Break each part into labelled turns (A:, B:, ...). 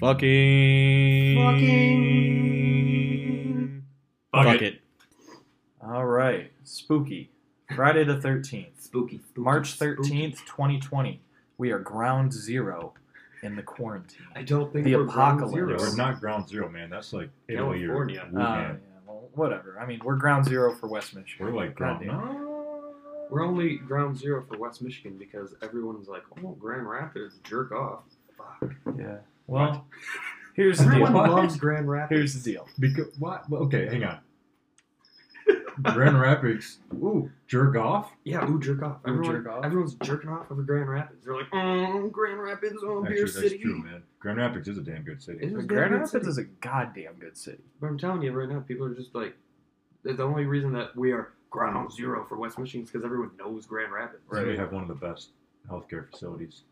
A: Fucking.
B: Fucking.
A: Fucking-
B: Fuck,
A: Fuck
B: it.
A: it.
C: All right. Spooky. Friday the 13th.
A: Spooky. spooky,
C: March
A: spooky.
C: 13th, 2020. We are ground zero in the quarantine. Uh,
D: I don't think
C: The
D: we're ground
C: apocalypse.
D: zero.
C: Yeah,
A: We're not ground zero, man. That's like Italy or
D: California.
C: Uh, yeah,
A: Wuhan.
C: well, whatever. I mean, we're ground zero for West Michigan.
A: We're like ground.
C: Goddamn.
A: No.
D: We're only ground zero for West Michigan because everyone's like, oh, Grand Rapids, jerk off. Fuck.
C: Yeah. Well, here's the
D: Everyone
C: deal.
D: loves Grand Rapids.
C: Here's the deal.
A: Because what? Well, okay, hang on. Grand Rapids. Ooh, jerk off.
D: Yeah, ooh, jerk off.
C: Ooh,
D: Everyone,
C: jerk off.
D: Everyone's jerking off over Grand Rapids. They're like, oh, Grand Rapids, oh,
A: Actually,
D: Beer
A: that's
D: City.
A: true, man. Grand Rapids is a damn good city.
D: It is a
C: Grand
D: good
C: Rapids
D: city.
C: is a goddamn good city.
D: But I'm telling you right now, people are just like, the the only reason that we are ground zero for West Michigan is because everyone knows Grand Rapids.
A: So We have one of the best healthcare facilities.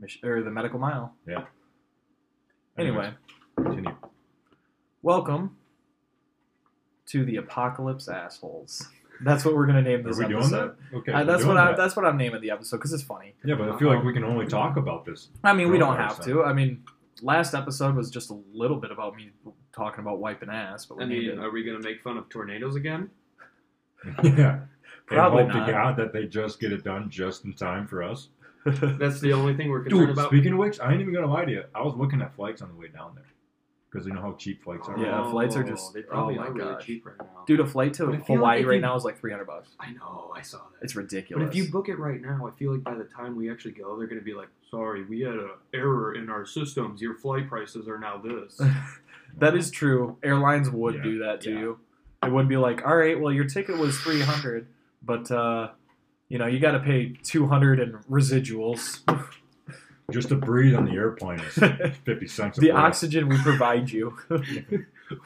C: Mich- or the Medical Mile.
A: Anyways,
C: Anyway,
A: continue.
C: welcome to the Apocalypse Assholes. That's what we're gonna name
A: Are
C: this
A: we doing
C: episode.
A: that? Okay.
C: Uh,
A: we're
C: that's
A: doing
C: what I,
A: that.
C: that's what I'm naming the episode because it's funny.
A: Yeah, but I feel like we can only talk about this.
C: I mean, we
A: Real
C: don't
A: nice,
C: have
A: huh?
C: to. I mean, last episode was just a little bit about me talking about wiping ass, but we
D: I
C: named
D: mean,
C: it.
D: are we going to make fun of tornadoes again?
A: yeah.
C: Probably
A: and hope to God
C: not.
A: that they just get it done just in time for us.
D: That's the only thing we're concerned
A: Dude,
D: about.
A: speaking of which, I ain't even gonna lie to you. I was looking at flights on the way down there because you know how cheap flights are.
C: Yeah, flights are just-
D: Oh, They probably
C: oh my
D: are really
C: gosh.
D: cheap right now.
C: Dude, a flight to
D: But I feel
C: Hawaii
D: like if
C: right
D: you-
C: now is like 300 bucks.
D: I know, I saw that.
C: It's
D: but
C: ridiculous.
D: if you book it right now, I feel like by the time we actually go, they're going to be like, sorry, we had an error in our systems. Your flight prices are now this.
C: that is true. Airlines would
A: Yeah,
C: do that to
D: yeah.
C: you. It would be like, all right, well, your ticket was 300, but uh, you know, you got to pay 200 in residuals.
A: Just to breathe on the airplane is
C: the
A: fifty cents. A flight.
C: oxygen we provide you.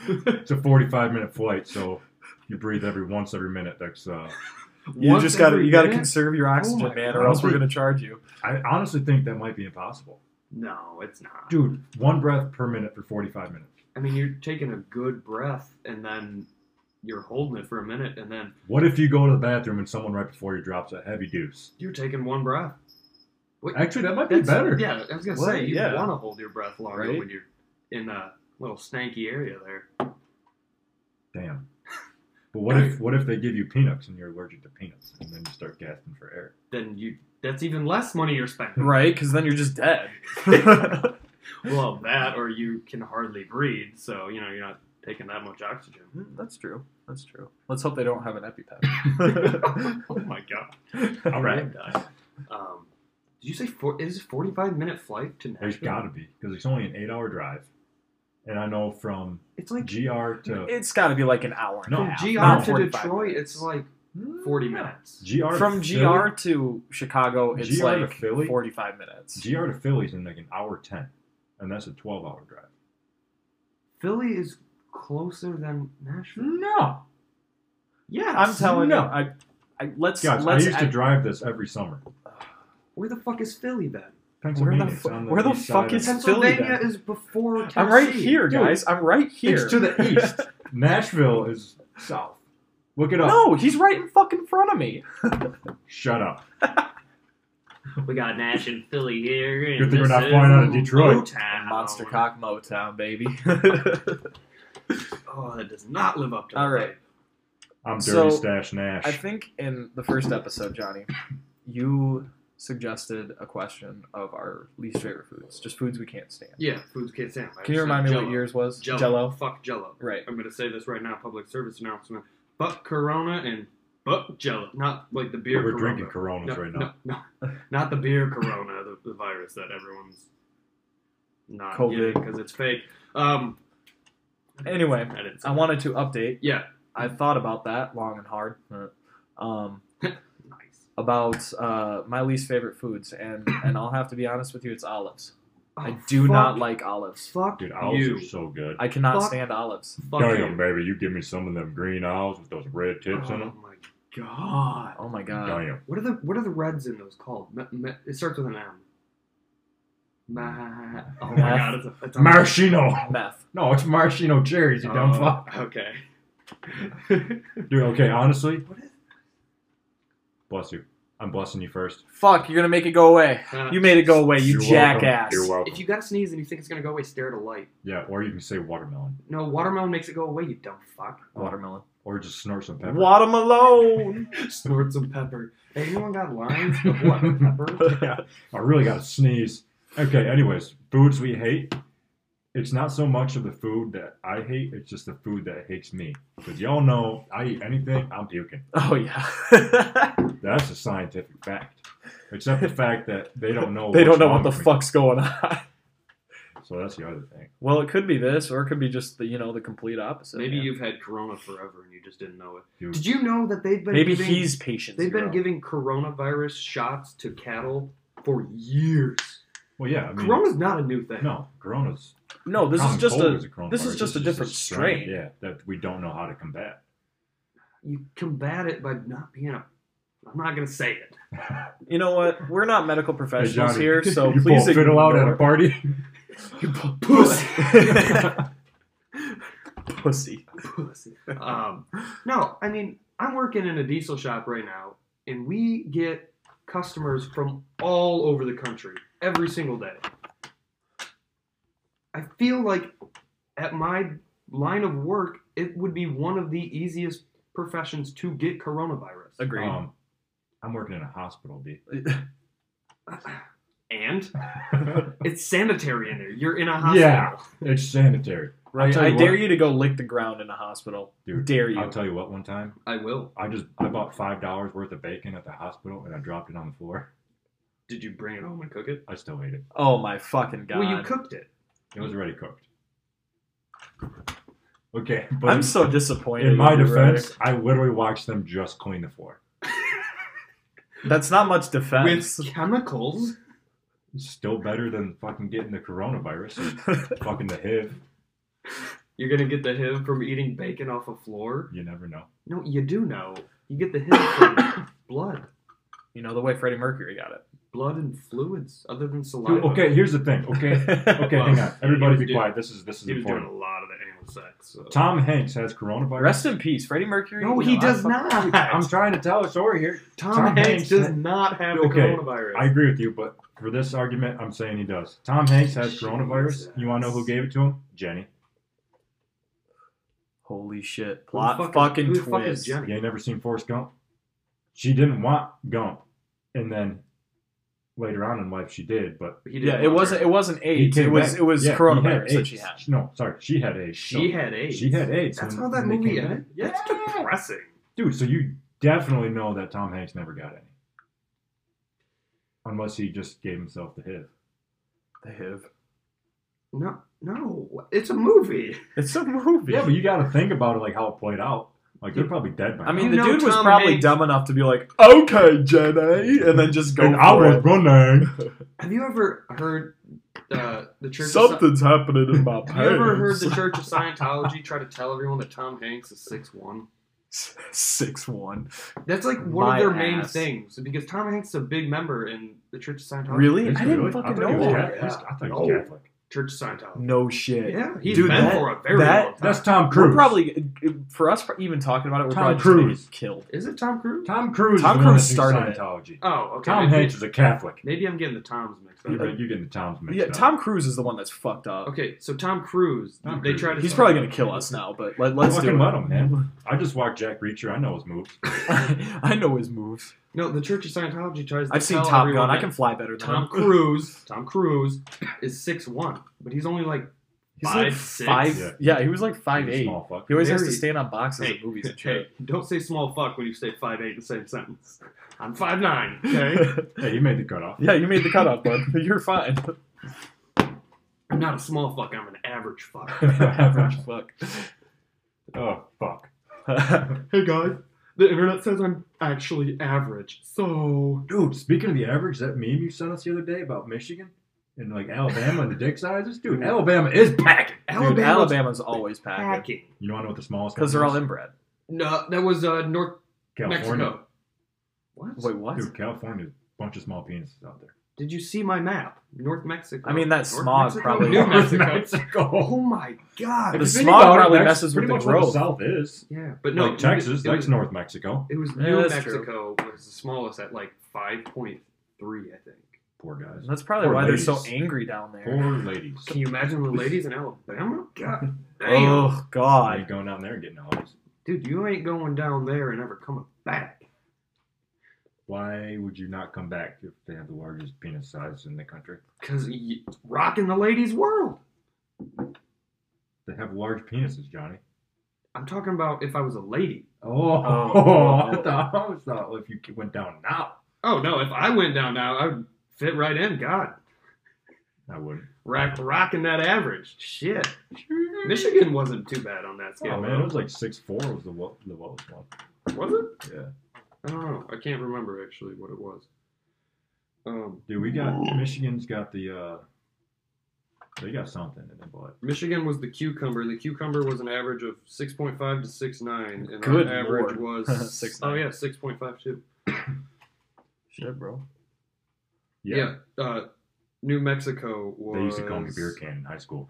A: It's a forty-five minute flight, so you breathe every once every minute. That's. Uh,
C: you
D: Once
C: just got to
D: every
C: you got to
D: minute?
C: conserve your oxygen,
D: my
C: man,
D: God.
C: or else we're gonna charge you.
A: I honestly think that might be impossible,
D: No, it's not.
A: dude. One breath per minute for forty-five minutes.
D: I mean, you're taking a good breath and then you're holding it for a minute and then
A: What if you go to the bathroom and someone right before you drops a heavy deuce?
D: you're taking one breath. Wait,
A: Actually, that might be
D: that's-
A: better.
D: Yeah, I was going to
C: Well,
D: say, you
C: yeah.
D: want to hold your breath longer
C: Right?
D: when you're in a little stanky area there.
A: Damn. But what if what if they give you peanuts and you're allergic to peanuts and then you start gasping for air?
D: Then you. That's even less money you're spending.
C: Right? Because then you're just dead. Mm,
D: Well, that or you can hardly breathe, so you know you're not taking that much oxygen.
C: That's true. That's true. Let's hope they don't have an EpiPen.
D: Oh my god!
A: All right.
D: I'd die. Um, did you say four, is it 45 minute flight to Nashville?
A: There's got to be because it's only an eight-hour drive, and I know from
D: It's like
A: GR to
C: it's got to be like an hour. and a
A: No.
D: from
C: half,
D: GR
C: not
D: to
C: 45
D: Detroit.
C: minutes.
D: It's like
C: Hmm.
D: 40 minutes.
A: GR
C: from
A: to
C: GR to Chicago, it's
A: GR to
C: like
A: Philly?
C: 45 minutes.
A: Philly, GR to Philly's in like an hour ten, and that's a twelve-hour drive.
D: Philly is closer than Nashville.
A: No,
D: Yeah,
C: Hmm. I'm telling
A: No.
C: you, I, I let's
A: guys, I
C: let's
A: used to
C: act-
A: drive this every summer.
D: Where the fuck is Philly then?
A: Pennsylvania.
C: fu-
A: it's on
C: where the
A: east
C: fuck
A: side
C: is-
A: of-
D: Pennsylvania
C: then.
D: is before. Tennessee.
C: I'm right here,
A: Dude,
C: guys. I'm right here.
A: It's to the east. Nashville is south. Look it up.
C: no, he's right in fucking front of me.
A: Shut up.
D: We got Nash and Philly here. and
A: Good thing we're
D: this
A: not
D: is
A: flying out of Detroit.
D: O-Town.
C: Monster cock Motown, baby.
D: Oh, that does not live up to.
C: All
D: that.
C: right.
A: I'm dirty
C: So,
A: stash Nash.
C: I think in the first episode, Johnny, you suggested a question of our least favorite foods, just foods we can't stand.
D: Yeah, foods can't stand. I
C: Can you
D: said
C: remind me
D: Jell-O.
C: what yours was?
D: Jello. Fuck Jello.
C: Right.
D: I'm gonna say this right now, public service announcement. Fuck Corona and fuck Jello, not like the beer.
A: We're
D: Corona.
A: drinking Coronas
D: no,
A: right now.
D: No, no, not the beer Corona, the, the virus that everyone's not
C: COVID.
D: because it's fake. Um.
C: Anyway,
D: I didn't.
C: I
D: Say that.
C: wanted to update.
D: Yeah.
C: I thought about that long and hard. Um,
D: Nice.
C: about uh, my least favorite foods, and and I'll have to be honest with you, it's olives. I
D: Oh,
C: do
D: fuck-
C: not like olives.
D: Fuck
A: Dude, olives
D: you.
A: are so good.
C: I cannot
D: Fuck.
C: stand olives.
D: Fuck you.
A: Damn, baby, you give me some of them green olives with those red tips
D: oh
A: in them.
D: my god.
C: Oh my god.
A: Damn.
D: What are the what are the reds in those called? Me- me- it starts with an M. Ma- oh my
C: Meth.
D: god, it's a, it's a
A: Maraschino.
C: Meth.
A: No, it's maraschino cherries, you dumb
D: Oh,
A: fuck.
D: Okay.
A: Uh, Dude, okay, honestly,
D: What is-
A: bless you. I I'm blessing you first.
C: Fuck, you're gonna make it go away.
D: Uh,
C: You made it go away,
A: You're
C: you
A: welcome.
C: jackass.
A: You're welcome.
D: if you got a sneeze and you think it's gonna go away, stare at a light.
A: yeah, or you can say watermelon,
D: No, watermelon makes it go away. You dumb fuck.
C: Watermelon.
A: or just snort some pepper.
C: Watermelon.
D: Snort some pepper. Hey, anyone got lines of what pepper?
A: I really got to sneeze. Okay, anyways, foods we hate. It's not so much of the food that I hate, it's just the food that hates me. Because y'all know I eat anything, I'm puking.
C: oh yeah.
A: That's a scientific fact. Except the fact that they don't know
C: they don't
A: what's
C: know
A: wrong
C: what the
A: with me.
C: fuck's going on.
A: So that's the other thing.
C: Well, it could be this, or it could be just the you know the complete opposite.
D: Maybe
C: man.
D: you've had Corona forever and you just didn't know it.
A: Dude,
D: Did you know that they've been
C: Maybe
D: giving,
C: he's patient.
D: they've been
C: zero.
D: giving coronavirus shots to cattle for years.
A: well, yeah, I mean,
D: Corona's not a new thing.
A: no, Corona's.
C: No, this is
A: common
C: just
A: cold
C: a.
A: coronavirus.
C: this is just a different strain.
A: Yeah, that we don't know how to combat.
D: You combat it by not being a. I'm not gonna say it.
C: You know what? We're not medical
A: Hey,
C: professionals
A: Johnny,
C: here, so
A: you
C: please
A: pull fiddle out at a
C: ignore.
A: party.
C: You pull- pussy. pussy.
D: um, no, I mean I'm working in a diesel shop right now, and we get customers from all over the country every single day. I feel like at my line of work, it would be one of the easiest professions to get coronavirus.
C: Agreed.
A: Um, I'm working in a hospital, dude.
D: And it's sanitary in there. You're in a hospital.
A: Yeah. it's sanitary. I'll
C: right.
A: tell
C: I
A: you
C: dare
A: what.
C: you to go lick the ground in a hospital.
A: Dude,
C: dare you?
A: I'll tell you what. One time,
D: I will.
A: I just I bought five dollars worth of bacon at the hospital and I dropped it on the floor.
D: Did you bring it home and cook it?
A: I still ate it.
C: oh my fucking god!
D: Well, you cooked it.
A: It was already cooked. Okay, but
C: I'm so disappointed.
A: in my
C: in you, Rick.
A: defense, I literally watched them just clean the floor.
C: that's not much defense.
D: With chemicals?
A: It's still better than fucking getting the coronavirus or fucking the HIV.
D: You're gonna get the HIV from eating bacon off a floor?
A: You never know.
D: No, you do know. You get the HIV from blood.
C: you know the way Freddie Mercury got
D: Blood and fluids, other than saliva.
A: Dude, okay, here's the thing. Okay,
C: it.
A: okay,
D: Well,
A: hang on. Everybody
D: he was
A: be
D: doing-
A: quiet. This is this is
D: He was doing
A: important.
D: a lot of the anal sex. So.
A: Tom Hanks has coronavirus.
C: Rest in peace, Freddie Mercury.
D: no,
C: you
D: he
C: know, I
D: does
C: fuck-
D: not.
A: I'm trying to tell a story here.
D: Tom,
A: Tom
D: Hanks,
A: Hanks
D: does
A: ha-
D: not have the
A: Okay,
D: coronavirus.
A: I agree with you, but for this argument, I'm saying he does. Tom Hanks has
D: Jesus.
A: coronavirus. You want to know who gave it to him? Jenny.
C: Holy shit!
D: Who the
C: Plot
D: fuck is-
C: fucking
D: who the
C: twist.
D: fuck is Jenny?
A: You ain't never seen Forrest Gump? She didn't want Gump, and then later on in life she did, but
D: He didn't
C: Yeah, it
D: want
C: wasn't.
D: her.
C: It wasn't AIDS.
A: He
C: It
A: came
C: was.
A: back.
C: It was
A: Yeah, he
C: coronavirus that
A: AIDS.
C: she had.
A: No, sorry, she had AIDS.
D: She
A: So-
D: had AIDS.
A: she had AIDS.
D: That's
A: when-
D: how that
A: when they
D: movie
A: came
D: ended.
A: back.
D: Yeah. That's depressing.
A: Dude, so you definitely know that Tom Hanks never got any. Unless he just gave himself the HIV.
C: The HIV.
D: No, no, it's a movie.
C: It's a movie.
A: Yeah, but you got to think about it, like how it played out. Like they're probably dead by
C: I
A: now.
C: mean,
D: You
C: the
D: know
C: dude was
D: Tom
C: probably
D: Hanks-
C: dumb enough to be like, "Okay, Jenny," and then just go.
A: and
C: for
A: I was running.
D: Have you ever heard uh, the
C: it.
D: Church? Of Sci-
C: Something's happening in my pants.
D: have you ever heard the Church of Scientology try to tell everyone that Tom Hanks is six one?
C: six one?
D: That's like one
C: My
D: of their main
C: ass.
D: things because Tom Hanks is a big member in the Church of Scientology.
C: Really?
A: Is
C: I
A: he
C: didn't
A: really?
C: fucking
A: I thought he
C: know
A: was
D: that.
A: Catholic. I thought he was
D: No.
A: Catholic.
D: Church of Scientology.
C: No shit.
D: Yeah, he's
C: Dude,
D: been
C: that-
D: for a very
C: that-
D: long time.
A: That's Tom
C: We're
A: Cruise.
C: probably for us even talking about it. We're
A: Tom
C: probably just gonna
A: Cruise.
C: get killed.
D: is it Tom Cruise?
A: Tom Cruise.
C: Tom
A: is the one
C: Cruise
A: that thinks
C: started
A: Scientology.
C: it.
D: Oh, okay.
A: Tom
D: maybe,
A: Hanks is a Catholic.
D: Maybe I'm getting the Toms mixed
A: You're,
D: up.
A: right, you're getting the Tom's mixed
C: Yeah,
A: up.
C: Tom Cruise is the one that's fucked up.
D: Okay, so Tom Cruise.
A: Tom
D: they
A: Cruise.
D: tried to.
C: He's probably gonna kill us now, but let, let's do
A: Fucking
C: it.
A: let him, man. I just watched Jack Reacher. I know his moves.
C: I know his moves.
D: No, the Church of Scientology tries. To
C: I've seen
D: tell
C: Top
D: everyone
C: Gun. I
D: that
C: can fly better than
D: Tom
C: him.
D: Cruise. Tom Cruise is six one, but he's only like
C: He's
D: five,
C: like
D: six?
C: five.
A: Yeah.
C: Yeah, he was like five
A: He's a
C: eight.
A: Small fuck.
C: He always has
D: Very-
C: to stand on boxes
D: Hey,
C: in movies and
D: hey,
C: shit.
D: don't say small fuck when you say five eight in the same sentence. I'm five nine. Okay,
A: Hey, he made the cutoff.
C: yeah, you made the cutoff, bud. You're fine.
D: I'm not a small fuck. I'm an average fuck.
C: Average fuck.
A: Oh fuck.
D: hey guys, the internet says I'm actually average. So
A: Dude, speaking of the average, that meme you sent us the other day about Michigan and like Alabama and the dick sizes, dude, Alabama is packing.
C: Dude,
D: Alabama's
C: Alabama's always packing
D: packing.
A: You know, I know what the smallest
C: because they're all
A: is?
C: inbred.
D: No, that was uh, North
A: California.
D: Mexico. What?
C: Wait, what?
A: Dude, California, bunch of small penises out there.
D: Did you see my map? North Mexico.
C: I mean, that
D: North
C: smog
D: Mexico?
C: probably-
D: New Mexico.
A: Mexico.
D: oh my
A: If
D: god.
A: you
C: The
A: think
C: smog
A: about it,
C: probably
A: Mex-
C: messes with
A: pretty
C: the
A: much where
C: growth.
A: South is.
D: yeah, but no,
A: like Texas,
D: It was,
A: that's North Mexico.
D: It was
C: Yeah,
D: New
C: that's
D: Mexico was the smallest at like 5.3, I think.
A: Poor guys.
C: That's probably
A: Poor
C: why they're so
A: ladies.
C: angry down there.
A: Poor ladies.
D: Can you imagine the ladies in Alabama? God damn.
C: Oh
A: I
C: God.
A: ain't going down there and getting olives.
D: Dude, you ain't going down there and ever coming back.
A: Why would you not come back if they have the largest penis size in the country?
D: Because rocking the ladies' world.
A: They have large penises, Johnny.
D: I'm talking about if I was a lady.
A: Oh,
C: Oh.
A: I thought I was thought if you went down now,
D: Oh, no, if I went down now, I would fit right in. God.
A: I would.
D: Rock, rocking that average. Shit. Michigan wasn't too bad on that
C: Oh,
D: scale.
A: Yeah, man, it was like six four was the wo- the lowest one.
D: Was it?
A: Yeah,
D: I don't know. I can't remember actually what it was. Um,
A: dude, we got Michigan's got the uh, they got something in their blood.
D: Michigan was the cucumber, and the cucumber was an average of 6.5 to 6.9, and
C: Good
D: our average
C: lord.
D: was
C: Six
D: oh
C: nine.
D: yeah 6.52.
C: Shit, bro.
D: Yeah. Uh, New Mexico was.
A: they used to call me beer can in high school.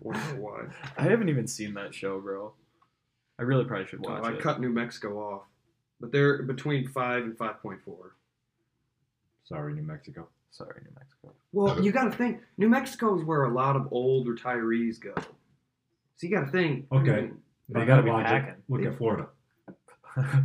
D: Wonder why.
C: I haven't even seen that show, bro. I really probably should watch
D: Oh, I
C: it.
D: cut New Mexico off, but they're between five and 5.4.
A: Sorry, New Mexico.
C: Sorry, New Mexico.
D: Well, you got to think New Mexico is where a lot of old retirees go. So you got to think. I
A: Okay.
D: mean,
A: By
C: They gotta
A: that
C: be
A: logic,
C: packing.
A: Look
C: They-
A: at Florida.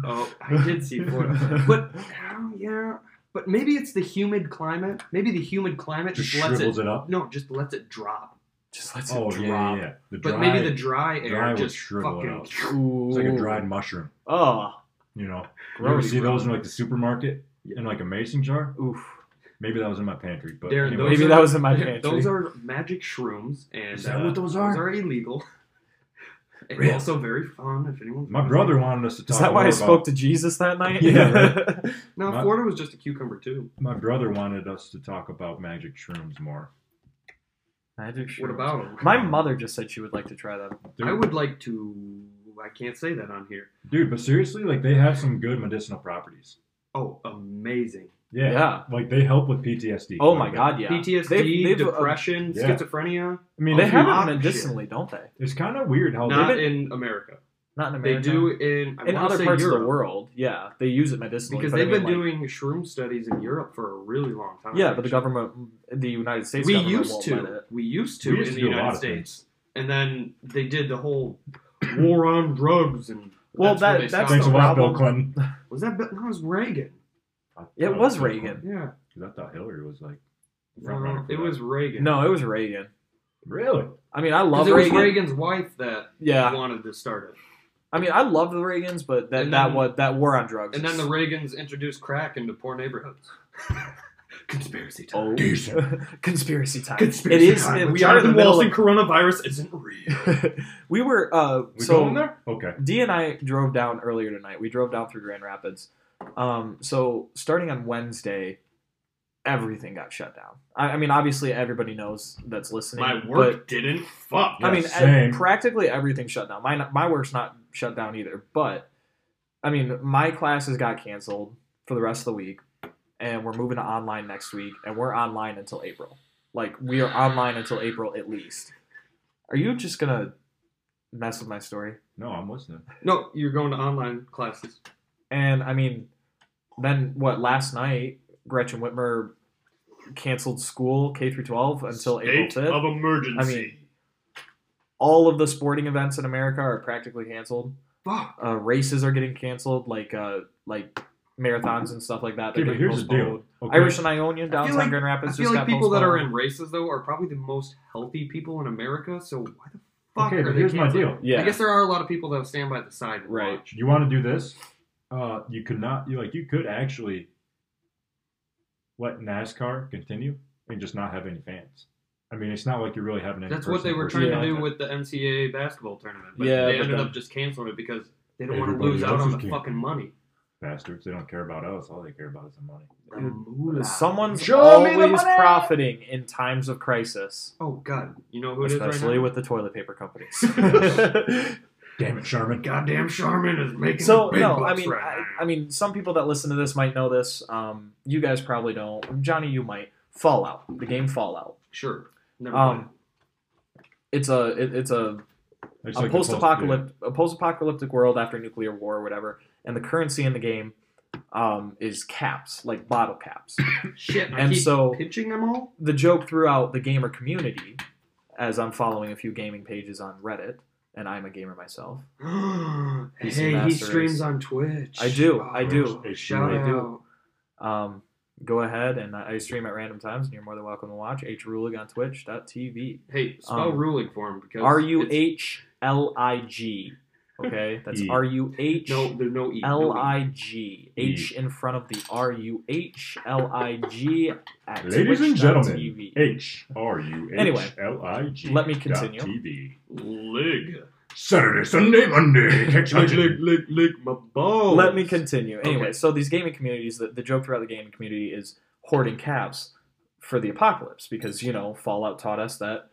D: Oh, I did see Florida, but oh, yeah, but maybe it's the humid climate. Maybe the humid climate
A: Just
D: just, lets
A: shrivels
D: it,
A: it up.
D: No, just lets it drop.
C: Just lets
A: Oh
C: it
A: yeah, yeah,
C: drop.
A: yeah. The
D: But
A: dry,
D: maybe the dry air
A: dry would
D: just
A: shrivel it
D: fucking.
C: Ooh.
A: it's like a dried mushroom.
C: Oh,
A: You know, you ever
C: gross.
A: see those in like the supermarket in like a mason jar?
C: Oof.
A: Maybe that was in my pantry, but
D: Darren,
A: anyway,
D: those
C: Maybe
D: are-
C: that was in my pantry.
D: Those are magic shrooms, and
A: Is that
D: uh,
A: what those are?
D: Those are illegal. And
A: Really?
D: also very fun if anyone.
A: my brother wanted us to talk.
C: Is that
A: more
C: why I
A: about,
C: spoke to Jesus that night?
A: Yeah,
D: No,
A: My-
D: Florida was just a cucumber too.
A: My brother wanted us to talk about magic shrooms more.
C: Magic
D: What
C: shrooms.
D: about 'em?
C: My mother just said she would like to try them.
A: Dude,
D: I would like to. I can't say that on here.
A: dude, but seriously, like they have some good medicinal properties.
D: Oh, amazing!
A: Yeah,
C: Yeah.
A: like they help with PTSD.
C: Oh my God, yeah.
D: PTSD,
C: They've- they've, uh,
D: depression,
A: yeah. I
D: schizophrenia.
A: mean,
C: They
A: it's-
C: have
D: Lock
C: it
D: shit.
C: medicinally, don't they?
A: It's kind of weird how
D: Not
A: they,
D: in America.
C: Not in
D: They
C: America.
D: do in I
C: in
D: wanna
C: other
D: say
C: parts
D: Europe,
C: of the world. Yeah, they use it medicinally
D: because
C: but I
D: they've
C: mean, like-
D: been doing shroom studies in Europe for a really long time.
C: Yeah, but the government, the United States
D: we
C: government
D: used
C: won't
D: to
C: let it.
D: we used to
A: We used
D: in
A: to do
D: the
A: a lot
D: United
A: of
D: States, and then they did the whole war on drugs and
C: Well,
D: when
C: that-
D: they
C: that's
A: thanks
D: stopped.
A: a
C: the
A: lot, Bill
C: problem.
A: Clinton.
D: was that Bill- no, it was Reagan.
C: It was Reagan.
D: Yeah,
A: Because I thought Hillary was like the front runner
D: no,
A: for
D: it
A: that.
D: was Reagan.
C: No, it was Reagan.
A: really.
C: I mean, I
D: 'Cause
C: love
D: it was
C: Reagan.
D: Reagan's wife that
C: Yeah,
D: wanted to start it,
C: I mean, I love the Reagans, but that
D: And
C: that
D: then-
C: what that war on drugs.
D: and then
C: is-
D: the Reagans introduced crack into poor neighborhoods. Conspiracy
C: oh,
D: time.
C: conspiracy time.
D: Conspiracy
C: it is.
D: time.
C: it-
D: with
C: we are in the
D: Jonathan
C: middle.
D: Wilson, coronavirus isn't real.
C: Of, we were. Uh,
A: We
C: so
A: going there? Okay.
C: D and I drove down earlier tonight. We drove down through Grand Rapids. Um, so starting on Wednesday, everything got shut down. I, I mean, obviously everybody knows that's listening.
D: My
C: but-
D: work didn't fuck.
C: I mean,
A: Yeah,
C: e-
A: same.
C: practically everything shut down. My my work's not shut down either, but I mean, my classes got canceled for the rest of the week, and we're moving to online next week, and we're online until April. Like we are online until April at least. Are you just gonna mess with my story?
A: No, I'm listening.
D: No, you're going to online classes.
C: And I mean, then what? Last night, Gretchen Whitmer canceled school K through twelve until April fifth.
D: emergency.
C: I mean, All of the sporting events in America are practically canceled.
D: fuck.
C: uh, races are getting canceled, like uh, like marathons and stuff like that. they're
A: Yeah, but
C: getting
A: here's the deal.
C: postponed.
A: Okay.
C: Irish and Ionian downtown
D: like-
C: Grand
D: I
C: Rapids
D: feel
C: just got
D: like people that are
C: postponed.
D: in races though are probably the most healthy people in America. So why the fuck
A: Okay,
D: are
A: but
D: they
A: here's my
D: canceling?
A: deal.
C: yeah.
D: I guess there are a lot of people that stand by the side. and
C: Right.
D: watch.
A: You want to do this? Uh, you could not. You like you could actually let NASCAR continue and just not have any fans. I mean, it's not like you're really having any.
D: That's what they were
A: person-to-person
D: trying to do
A: contact.
D: with the NCAA basketball tournament, but
C: Yeah,
D: they
C: but
D: ended
C: then-
D: up just canceling it because they don't want to
A: Everybody
D: lose out
A: else
D: on
A: is
D: the
A: canceling.
D: fucking money.
A: bastards. They don't care about us. All they care about is the money.
D: The moolah.
C: Someone's
A: Show me the
C: always
A: money!
C: profiting in times of crisis,
D: Oh god, you know who it is right
C: especially
D: now?
C: with the toilet paper companies.
A: Damn it, Sherman.
D: Goddamn Charmin is making
C: so
D: the big
C: no,
D: bucks
C: I mean,
D: right
C: I,
D: now.
C: I mean, some people that listen to this might know this. Um, you guys probably don't. Johnny, you might. Fallout, the game Fallout.
D: sure. Never mind.
C: Um, it's a it, it's a
A: It's
C: a
A: like the
C: post-apocalyptic a post-apocalyptic world after nuclear war or whatever and the currency in the game um, is caps, like bottle caps.
D: Shit, I
C: And
D: keep
C: so-
D: pitching them all.
C: the joke throughout the gamer community, as I'm following a few gaming pages on Reddit, and I'm a gamer myself. He's a
D: hey, he
C: master
D: streams
C: race.
D: on Twitch.
C: I do, I do.
A: I
D: Shout
A: do.
D: out.
C: Um, go ahead and uh, I I stream at random times, and you're more than welcome to watch H Rulig on Twitch.tv.
D: Hey, spell
C: Um,
D: ruling for him because
C: R U
D: it's-
C: H L I G. Okay, that's
A: E.
C: R U H
D: No, there's no e.
C: L
D: no E.
C: I G. H in front of the R U H L I G. at
A: Ladies and gentlemen,
C: twitch.tv.
A: H R U
C: Anyway,
A: H L I G.
C: let me continue.
A: dot TV.
D: Lig.
A: Saturday, Sunday, Monday. Catch
D: Lick, lick,
A: legend.
D: lick, lick my balls.
C: Let me continue. Anyway,
D: Okay.
C: so these gaming communities, the, the joke throughout the gaming community is hoarding caps for the apocalypse because, you know, Fallout taught us that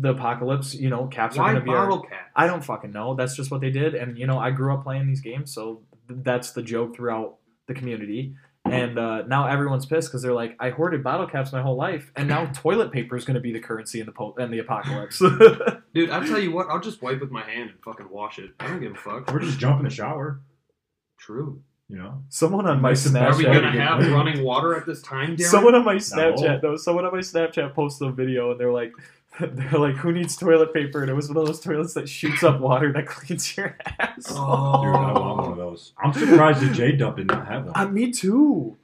C: the apocalypse, you know, caps are
D: Why
C: going to be. Our,
D: bottle cap?
C: I don't fucking know. That's just what they did. And, you know, I grew up playing these games, so th- that's the joke throughout the community. And uh, now everyone's pissed because they're like, I hoarded bottle caps my whole life, and now toilet paper is going to be the currency in the po- in the apocalypse.
D: Dude, I tell you what, I'll just wipe with my hand and fucking wash it. I don't give a fuck.
A: Or just jump in the shower.
D: True.
A: You know.
C: Someone on my
A: Nice to-
C: Snapchat.
D: Are we
A: Hashtag
D: gonna
A: again.
D: have running water at this time, Darren?
C: Someone on my
A: No.
C: Snapchat though, someone on my Snapchat posted a video and they're like they're like, who needs toilet paper? And it was one of those toilets that shoots up water that cleans your ass.
D: Oh.
A: Dude, I want one of those. I'm surprised that J Dub did not have one.
C: Uh, me too.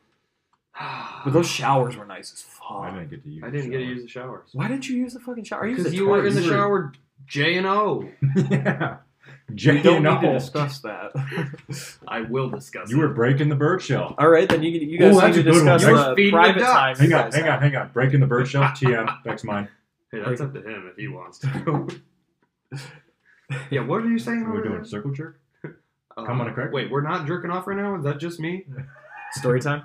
C: But those
D: showers.
C: showers were nice as fuck.
A: I didn't get to use.
D: I didn't get to
A: shower.
D: use the showers.
C: Why didn't you use the fucking shower? I used
D: Because
C: it
D: you were in the
C: twice.
D: shower J and O.
A: yeah.
C: We
A: J
C: don't
A: and
C: need
A: O.
C: to discuss that.
D: I will discuss
A: You were
D: it.
A: breaking the bird shell.
C: All right, then you you guys
A: Ooh,
C: need
A: that's
C: to
A: a good
C: discuss
A: one. You
D: were
C: the
D: feeding the
C: private
D: ducks.
C: time.
A: Hang
C: you
A: on,
C: guys
A: hang
C: have.
A: on, hang on. Breaking the bird shell. TM. That's mine.
D: Hey, that's up to him if he wants to. yeah, what are you saying?
A: We're
D: over
A: doing
D: there?
A: circle jerk.
D: Uh,
A: Come on, correct.
D: Wait, we're not jerking off right now. Is that just me?
C: Story time.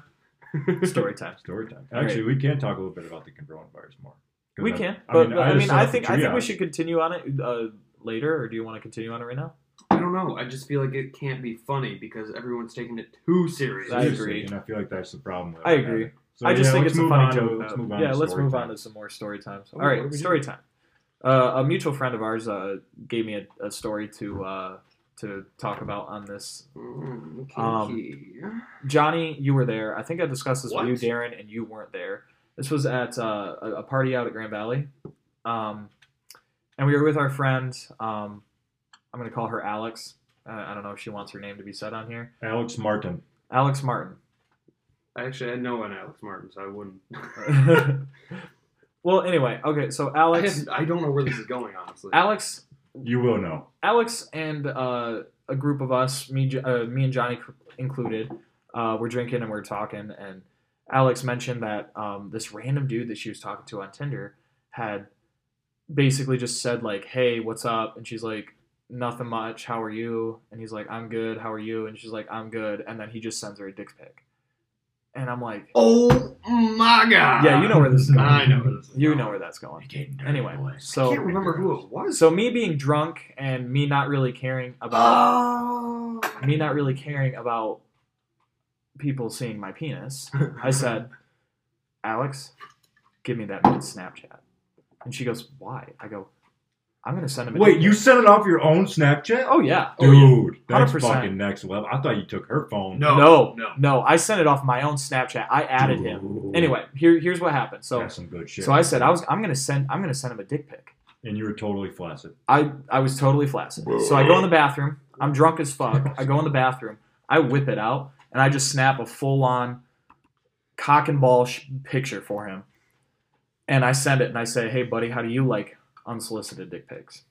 C: Story time.
A: Story time.
C: All right.
A: Actually, we can talk a little bit about the coronavirus more. 'Cause
C: We
A: I-
C: can, but but, I
A: just
C: mean,
A: set
C: I
A: up
C: think
A: the
C: I think we
A: triage.
C: should continue on it uh, later, or do you want to continue on it right now?
D: I don't know. I just feel like it can't be funny because everyone's taking it too serious.
C: I
A: Seriously,
C: agree.
A: and I feel like that's the problem. With
C: I agree.
A: So,
C: I just
A: yeah,
C: think
A: let's
C: it's a
A: move
C: funny
A: on to-
C: joke.
A: Let's
C: though.
A: move on.
C: yeah,
A: to
C: let's
A: story
C: move
A: time.
C: on to some more story times.
A: Oh,
C: All
A: what are
C: right,
A: we
C: story time. Uh, a mutual friend of ours uh, gave me a, a story to uh, to talk about on this.
D: Mm, okay,
C: Um,
D: okay.
C: Johnny, you were there. I think I discussed this
D: What?
C: with you, Darren, and you weren't there. This was at uh, a, a party out at Grand Valley, um, and we were with our friend. Um, I'm going to call her Alex. Uh, I don't know if she wants her name to be said on here.
A: Alex Martin.
C: Alex Martin.
D: I actually had no one Alex Martin, so I wouldn't.
C: well, anyway, okay. So
D: I,
C: Alex,
D: have, I don't know where this is going, honestly.
C: Alex
A: You will know.
C: Alex and uh, a group of us, me, Jo- uh, me and Johnny c- included, uh, were drinking and we were talking. And Alex mentioned that um, this random dude that she was talking to on Tinder had basically just said like, "Hey, what's up?" And she's like, "Nothing much. How are you?" And he's like, "I'm good. How are you?" And she's like, "I'm good." And then he just sends her a dick pic. And I'm like,
D: oh my god!
C: "Yeah, you know where this is
D: I
C: going.
D: know where this is
C: You
D: going.
C: know where that's going." Anyway,
D: I
C: so
D: can't remember who it was.
C: so me being drunk and me not really caring about
D: Oh.
C: me not really caring about people seeing my penis, I said, "Alex, give me that man's Snapchat." And she goes, "Why?" I go, "I'm gonna send him." A
A: Wait,
C: dick
A: you
C: pic."
A: sent it off your own Snapchat?
C: Oh yeah,
A: Dude, that's
C: 100%.
A: fucking next level. I thought you took her phone.
D: No.
C: no,
D: no.
C: no, I sent it off my own Snapchat. I added him.
A: Dude.
C: Anyway, here, here's what happened. So,
A: that's some good shit.
C: so I said I was, I'm gonna send, I'm gonna send him a dick pic.
A: and you were totally flaccid.
C: I, I was totally flaccid. So I go in the bathroom. I'm drunk as fuck. I go in the bathroom. I whip it out and I just snap a full on cock and ball sh- picture for him. And I send it and I say, hey, buddy, how do you like unsolicited dick pics?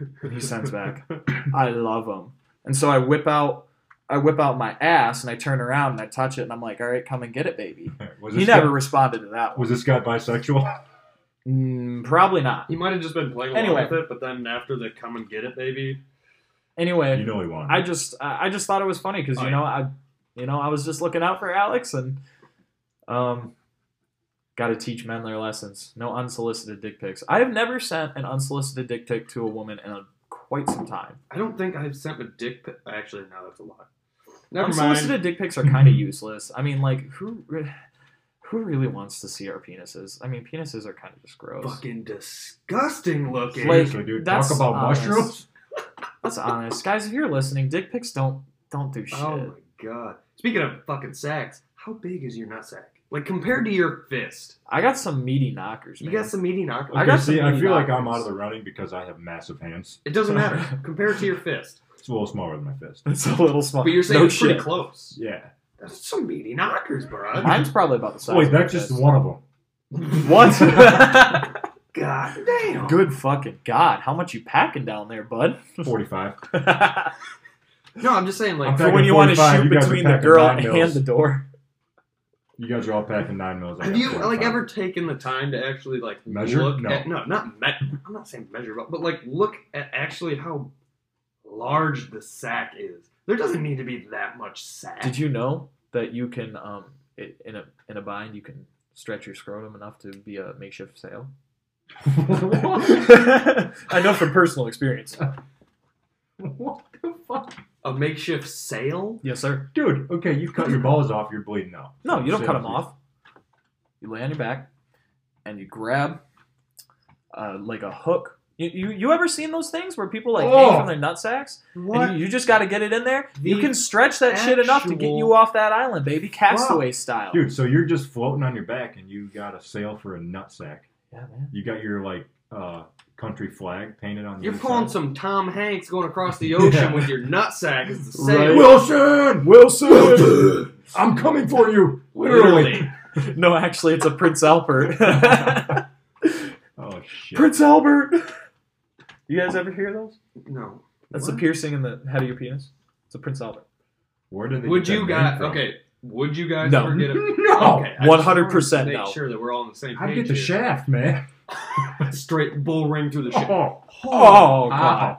C: And he sends back, I love them. And so I whip out. I whip out my ass and I turn around and I touch it and I'm like, all right, come and get it, baby.
A: Was
C: He
A: this
C: never
A: Guy,
C: responded to that one.
A: was this guy bisexual?
C: Mm, probably not.
D: He might have just been playing along
C: Anyway.
D: with it, but then after the come and get it, baby.
C: Anyway,
A: you know he wanted.
C: I
A: it.
C: just I I just thought it was funny because
D: Oh,
C: you know I you know I was just looking out for Alex and um got to teach men their lessons. No unsolicited dick pics. I have never sent an unsolicited dick pic to a woman in a, quite some time.
D: I don't think I've sent a dick. pic- Actually, no, that's a lie. Never mind.
C: unsolicited dick pics are kind of useless. I mean, like who re- who really wants to see our penises? I mean, penises are kind of just gross.
D: Fucking disgusting looking.
C: Like-
A: Seriously, dude,
C: that's
A: talk about
C: honest.
A: mushrooms.
C: Let's be honest, guys. If you're listening, dick pics don't don't do shit.
D: oh my god. Speaking of fucking sacks, how big is your nutsack? Like compared to your fist,
C: I got some meaty knockers,
D: you
C: man.
D: got some meaty knock.
C: I
A: I
C: got
A: see,
C: some
A: I
C: meaty
A: feel like I'm
C: knockers.
A: out of the running because I have massive hands.
D: It doesn't matter compared to your fist,
A: It's a little smaller than my fist.
C: It's a little small.
D: but you're saying
C: Oh, no
D: it's pretty
C: shit.
D: close.
A: Yeah.
D: That's some meaty knockers, bro.
C: Mine's probably about the size.
A: Wait,
C: of my
A: that's just
C: fist.
A: one of them.
C: What?
D: God damn.
C: Good fucking god! How much you packing down there, bud?
A: 45.
D: No, I'm just saying like
A: I'm
C: For
A: Packing
C: when you want to
A: 45,
C: shoot
A: you guys are
C: between the
A: packing
C: girl
A: nine
C: and
A: mils.
C: the door.
A: You guys are all packing nine mils. I
D: Have
A: got
D: you like
A: 45.
D: ever taken the time to actually like
A: Measure?
D: Look
A: No.
D: At, no, not me- I'm not saying measure, but, but like look at actually how large the sack is. There doesn't need to be that much sack.
C: Did you know that you can, um, i- in a in a bind, you can stretch your scrotum enough to be a makeshift sail? I know from personal experience.
A: What the fuck?
D: a makeshift sail?
C: Yes, sir.
A: Dude, okay, you cut your balls off, you're bleeding out.
C: No, you don't
A: Shit.
C: cut them off. You lay on your back, and you grab, uh, like a hook. You, you you ever seen those things where people like hang
D: Oh.
C: from their nut sacks?
D: What?
C: And you, you just got to get it in there. you
D: The
C: can stretch that shit enough to get
D: actual-
C: you off that island, baby, castaway style.
A: Dude, so you're just floating on your back and you got a sail for a nutsack.
C: Yeah, man.
A: You got your, like, uh, country flag painted on the
D: You're
A: inside.
D: pulling some Tom Hanks going across the ocean
A: Yeah.
D: with your nutsack as the
C: Right.
D: sail.
A: Wilson! Wilson! I'm coming for you! Literally.
D: Literally.
C: No, actually, it's a Prince Albert.
A: Oh, shit.
C: Prince Albert. You guys ever hear those?
D: No.
C: That's
D: What?
C: a piercing in the head of your penis. It's a Prince Albert.
A: Where did they
D: Would
A: get that
D: you
A: name
D: guys?
A: from?
D: Okay. Would you guys
C: No.
D: forget? A,
A: No!
D: Okay, I just wanted to
C: 100%
D: Make
C: no.
D: sure that we're all on the same page.
A: I'd get the
D: here.
A: shaft, man.
D: Straight bull ring through the shit.
A: Oh,
C: Oh, God.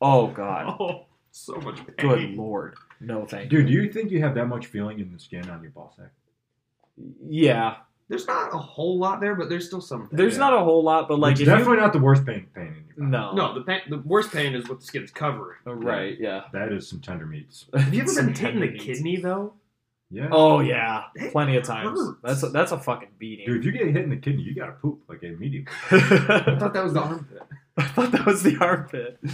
C: Oh God.
D: Oh, so much pain.
C: Good lord. No, thank you.
A: Dude, do you think you have that much feeling in the skin on your ball sack?
C: Yeah,
D: There's not a whole lot there, but there's still some. pain.
C: there's
A: Yeah.
C: not a whole lot, but like
A: It's
C: if you,
A: definitely not the worst pain, pain in your body.
C: no, Oh,
D: No, the pain, the worst pain is what the skin's covering.
C: right, yeah.
A: That is some tender meats.
D: Have you ever been taken the
C: Tendonitis.
D: kidney though?
A: Yeah.
C: Oh yeah,
D: That
C: plenty of times.
D: hurts.
C: That's a, that's a fucking beating.
A: Dude, if you get hit in the kidney, you gotta poop like immediately.
D: I
C: I
D: thought that was the armpit.
C: thought that was the armpit.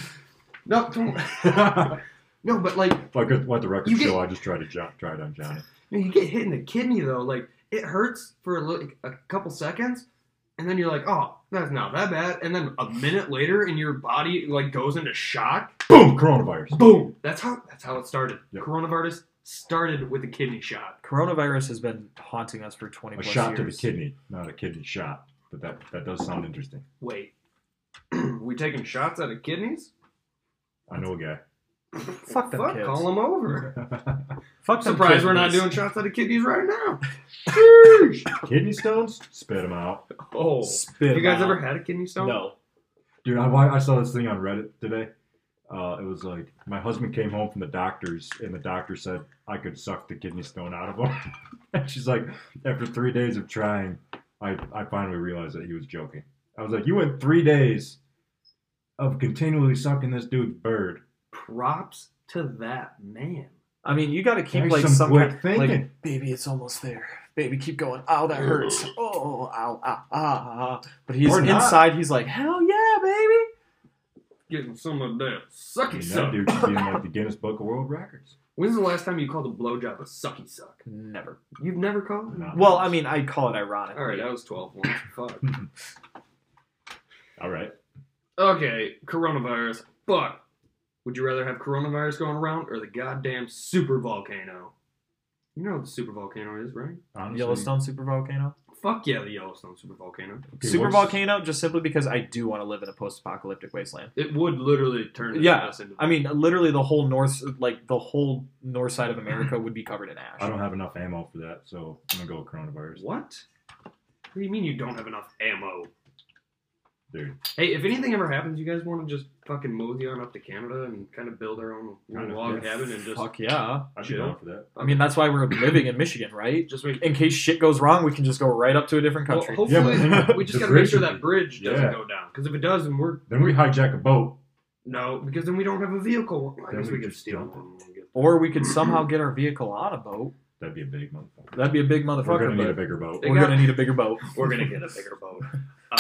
D: No, don't.
A: like
D: No, but like
A: what the record
D: You
A: show,
D: get-
A: I just tried to jo- try it on Johnny.
D: you, know, you get hit in the kidney though, like it hurts for like a couple seconds, and then you're like, oh, that's not that bad, and then a minute later, and your body like goes into shock.
A: Boom, coronavirus.
D: Boom. That's how that's how it started.
A: Yep.
D: Coronavirus started with a kidney shot.
C: Coronavirus has been haunting us for 20
A: A
C: plus
A: shot to the
C: years.
A: kidney, not a kidney shot. But that that does sound interesting.
D: Wait, we taking shots out of kidneys?
A: I know a guy.
C: Fuck them
D: Fuck,
C: kids.
D: call them over.
C: Fuck them
D: Surprised we're not
C: kidneys.
D: doing shots out of kidneys right now.
A: kidney stones? Spit them out.
D: Oh,
C: Spit
D: have you guys
C: out.
D: ever had a kidney stone?
C: No.
A: Dude, I, wa- I saw this thing on Reddit today. Uh, it was like my husband came home from the doctor's, and the doctor said I could suck the kidney stone out of him. and she's like, after three days of trying, I, I finally realized that he was joking. I was like, you went three days of continually sucking this dude's bird.
D: Props to that man.
C: I mean, you got to keep
A: There's
C: like
A: some
C: some
A: quick
C: kind
A: thinking.
C: like baby, it's almost there. Baby, keep going. Ow, that hurts. Oh, ow, ow, ah. ah. But he's
A: Or not.
C: inside. He's like, hell yeah, baby.
D: Getting some of that
A: I
D: sucky
A: mean, that
D: suck.
A: dude should be in like the Guinness Book of World Records.
D: When's the last time you called a blowjob a sucky suck?
C: Never.
D: You've never called?
A: No.
C: Well, I mean, I call it ironic.
D: All right, I was 12 once. Fuck.
A: All right.
D: Okay, coronavirus. Fuck. Would you rather have coronavirus going around or the goddamn super volcano? You know what the super volcano is, right?
A: Honestly,
C: Yellowstone super volcano.
D: Fuck yeah, the Yellowstone super volcano.
A: okay,
C: super
A: what's-
C: volcano, just simply because I do want to live in a post-apocalyptic wasteland.
D: It would literally turn
C: Yeah,
D: us into.
C: I mean, literally the whole north, like the whole north side of America would be covered in ash.
A: I don't have enough ammo for that, so I'm gonna go with coronavirus.
D: What? What do you mean you don't have enough ammo?
A: Dude,
D: Hey, if anything ever happens, you guys want to just fucking mosey on up to Canada and kind of build our own
A: Kind of,
D: log
A: yeah.
D: cabin and just
C: Fuck yeah!
A: I'd be
D: Chill.
A: down for that.
C: I mean, that's why we're living in Michigan, right?
D: just make.
C: In case shit goes wrong, we can just go right up to a different
D: Well,
C: country.
D: hopefully,
A: Yeah, but-
D: we just
A: the
D: gotta make
A: bridge
D: sure
A: would
D: that
A: be-
D: bridge doesn't
A: yeah.
D: go down. Because if it does, then we're
A: Then we hijack a boat.
D: no, because then we don't have a vehicle. I
A: Then
D: guess
A: we
D: we could
A: just
D: steal
A: dump
D: one. and get-
C: or we could somehow get our vehicle on a boat.
A: That'd be a big motherfucker.
C: That'd be a big
A: We're gonna
C: motherfucker.
A: need a
C: But
A: bigger boat.
D: big-
C: we're
D: They
C: gonna
D: got-
C: need a bigger boat.
D: We're gonna get a bigger boat.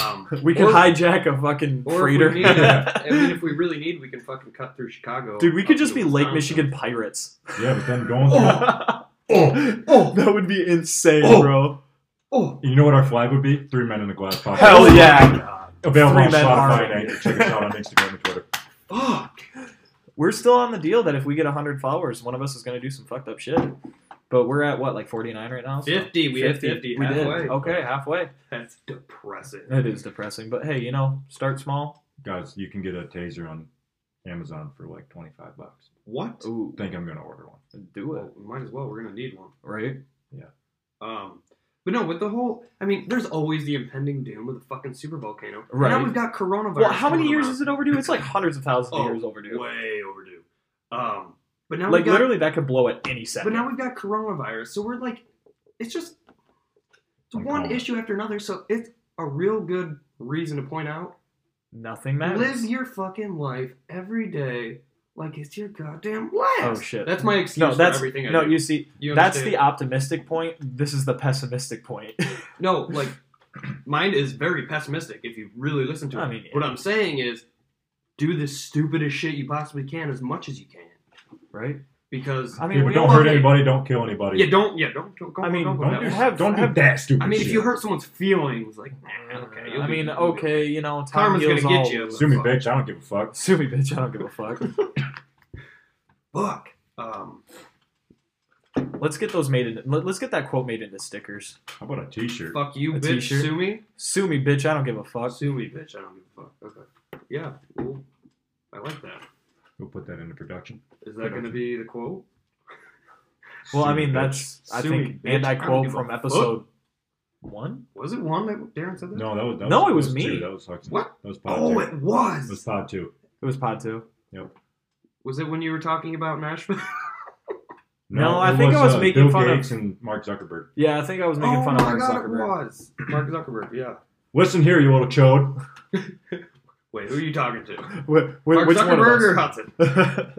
D: Um,
C: We could
D: or-
C: hijack a fucking
D: or if we
C: freighter.
D: need- I mean, if we really need, we can fucking cut through Chicago.
C: Dude, we could
D: up
C: just
D: to
C: be Lake
D: Wisconsin.
C: Michigan pirates.
A: Yeah, but then going through
D: Oh.
A: Oh,
D: Oh,
C: That would be insane,
A: Oh.
C: bro.
D: oh,
A: you know what our flag would be? Three men in a glass pocket.
C: Hell
D: Oh
C: yeah.
D: my God.
A: Available
C: Three
A: on
C: men
A: Spotify
C: are-
A: and Anchor. Check us out on Instagram and Twitter.
D: Fuck.
C: We're still on the deal that if we get 100 followers, one of us is going to do some fucked up shit. But we're at what, like 49 right now? So
D: 50. We hit 50.
C: We did.
D: halfway.
C: Okay, halfway.
D: That's depressing.
C: That is depressing. But hey, you know, start small.
A: Guys, you can get a taser on Amazon for like 25 bucks.
D: What?
C: Ooh,
A: think I'm going to order one.
C: do it.
D: oh, Well, we might as well. We're gonna need one.
C: Right?
D: Um, but no, with the whole, I mean, there's always the impending doom with the fucking super volcano.
C: Right.
D: Now we've got coronavirus.
C: Well, how many
D: going
C: years
D: around.
C: is it overdue? It's like hundreds of thousands
D: Oh,
C: of years overdue.
D: Way overdue. Um, but now
C: Like
D: we've got,
C: literally, that could blow at any second.
D: but now we've got coronavirus, so we're like, it's just
C: Oh
D: it's
A: I'm
D: one
A: calling it.
D: issue after another. So it's a real good reason to point out:
C: nothing matters.
D: live your fucking life every day like it's your goddamn
C: oh
D: last.
C: shit!
D: That's my excuse
C: no, that's
D: for everything. I
C: no.
D: do.
C: You see,
D: You
C: that's
D: understand?
C: the optimistic point. This is the pessimistic point.
D: No, like mine is very pessimistic if you really listen to it.
C: I mean, yeah.
D: What I'm saying is do the stupidest shit you possibly can as much as you can.
C: right?
D: Because
C: I mean,
A: People,
C: we
A: don't
C: all-
A: hurt anybody. Don't kill anybody.
D: yeah, don't yeah, don't don't go
C: I mean,
D: don't go
A: don't
D: that
A: do,
D: way.
C: have-
A: don't do
C: have-
A: that stupid
D: I mean,
A: shit.
D: if you hurt someone's feelings, like nah, okay, you'll
C: Mm, I
D: be-
C: mean,
D: you'll be-
C: okay, you know, time
D: Karma's gonna
C: heals
D: get
C: all
D: you.
C: wounds.
A: Sue me, bitch. I don't give a fuck.
C: Sue me, bitch. I don't give a fuck.
D: fuck. Um,
C: let's get those made in. Let, us get that quote made into stickers.
A: How about a t-shirt?
D: fuck you,
C: A
D: bitch.
C: t-shirt?
D: Sue me,
C: Sue me, bitch. I don't give a fuck.
D: sue me, bitch. I don't give a fuck. Okay, yeah, well, I like that.
A: We'll put that into production.
D: Is that gonna be the quote?
C: Well, I
A: Sue me,
C: mean,
A: bitch.
C: that's I
D: Sue
C: think,
D: me, bitch.
C: and
D: I
C: I
D: don't
C: quote
D: give a
C: from
D: fuck.
C: episode one.
D: Was it one that Darren said that?
A: no, that was that
C: No,
A: Was,
C: it was
A: that
C: me.
A: two. That was Hudson.
D: What?
A: That was pod
D: Oh,
A: two.
D: it
A: That was
D: was.
A: pod two.
C: It was pod two.
D: Was it when you were talking about Nashville?
C: No, I think I was
A: uh,
C: making
A: Bill
C: fun of-
A: Gates and Mark Zuckerberg.
C: Yeah, I think I was making
D: Oh
C: fun of Mark Zuckerberg.
D: was Mark Zuckerberg. Yeah.
A: Listen here, you little chode.
D: Wait, who are you talking to?
C: Wh- wh-
D: Mark
C: which one of
D: Zuckerberg or
C: us?
D: Hudson?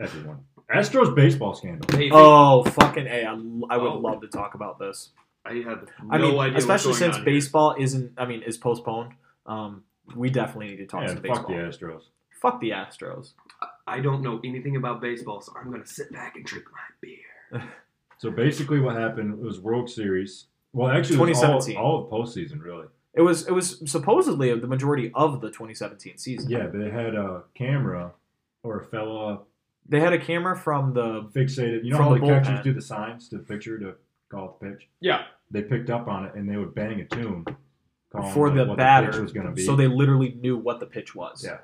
A: Everyone. Astros baseball scandal.
D: Hey,
C: Oh fucking a! I, l- I would
D: Oh.
C: love to talk about this.
D: I had no
C: I mean,
D: idea.
C: especially
D: what's going
C: since
D: on
C: baseball isn't. I mean, is postponed. Um, we definitely need to talk
A: Yeah,
C: some
A: fuck
C: baseball.
A: the Astros.
C: Fuck the Astros.
D: Here. I don't know anything about baseball, so I'm gonna sit back and drink my beer.
A: So basically, what happened was World Series. Well, actually, it was
C: 2017.
A: all, all of postseason, really.
C: It was. It was supposedly the majority of the 2017 season.
A: Yeah, they had a camera or a fella
C: They had a camera from the.
A: fixated. You know
C: From
A: how
C: the
A: the catchers
C: bullpen.
A: do the signs to the picture to call the pitch?
D: Yeah.
A: They picked up on it and they would bang a tune calling
C: For
A: like
C: the
A: what the
C: batter,
A: pitch was going to be.
C: so they literally knew what the pitch was.
A: Yeah.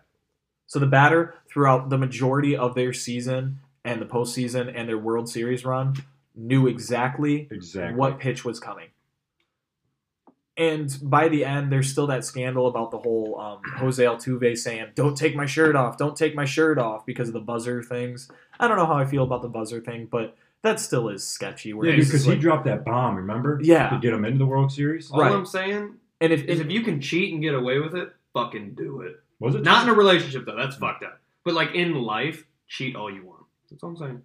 C: So the batter throughout the majority of their season and the postseason and their World Series run knew exactly
A: exactly.
C: what pitch was coming. And by the end, there's still that scandal about the whole um, Jose Altuve saying, "Don't take my shirt off, don't take my shirt off," because of the buzzer things. I don't know how I feel about the buzzer thing, but that still is sketchy. Where
A: Yeah,
C: it's
A: because
C: just
A: he
C: like-
A: dropped that bomb, remember? To
C: yeah,
A: get him into the World Series?
D: All
C: Right.
D: I'm saying
C: and if,
D: is,
C: if
D: if you can cheat and get away with it, fucking do it.
A: Was it?
D: Not in a relationship though. That's fucked up. But like in life, cheat all you want. That's all I'm saying.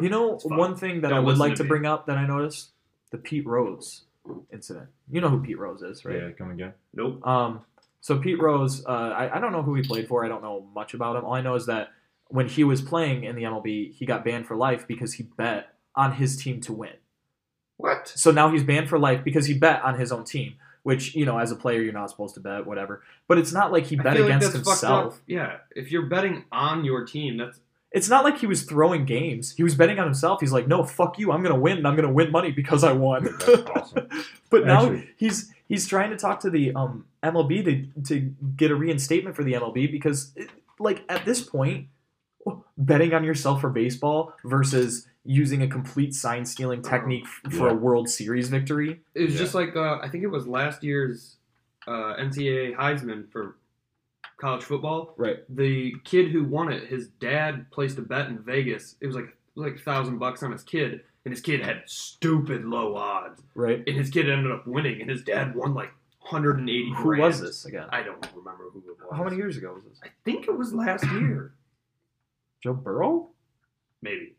C: you know
D: It's fine.
C: one thing that
D: Don't
C: I would
D: listen
C: like
D: to
C: to
D: me.
C: bring up that I noticed, the Pete Rose incident. You know who Pete Rose is, right?
A: Yeah, come again.
D: Nope.
C: Um, so Pete Rose, uh, I, I don't know who he played for. I don't know much about him. All I know is that when he was playing in the MLB, he got banned for life because he bet on his team to win.
D: What?
C: So now he's banned for life because he bet on his own team, which you know, as a player, you're not supposed to bet, whatever. But it's not like he
D: I
C: bet
D: feel like
C: against
D: that's fucked
C: himself.
D: up. Yeah. If you're betting on your team, that's
C: It's not like he was throwing games. He was betting on himself. He's like, no, fuck you. I'm gonna win. and I'm gonna win money because I won.
A: Dude, That's awesome.
C: But now
A: Actually-
C: he's he's trying to talk to the um, MLB to to get a reinstatement for the MLB because it- like at this point, betting on yourself for baseball versus using a complete sign stealing technique f- for
A: Yeah.
C: a World Series victory.
D: It was
A: Yeah.
D: just like uh, I think it was last year's uh, NCAA Heisman for college football.
C: Right.
D: The kid who won it, his dad placed a bet in Vegas. It was like it was like a thousand bucks on his kid, and his kid had stupid low odds,
C: Right.
D: and his kid ended up winning, and his dad won like 180.
C: Who
D: grand.
C: was this again?
D: I don't remember who it was.
C: How many years ago was this?
D: I think it was last year,
C: Joe Burrow?
D: maybe.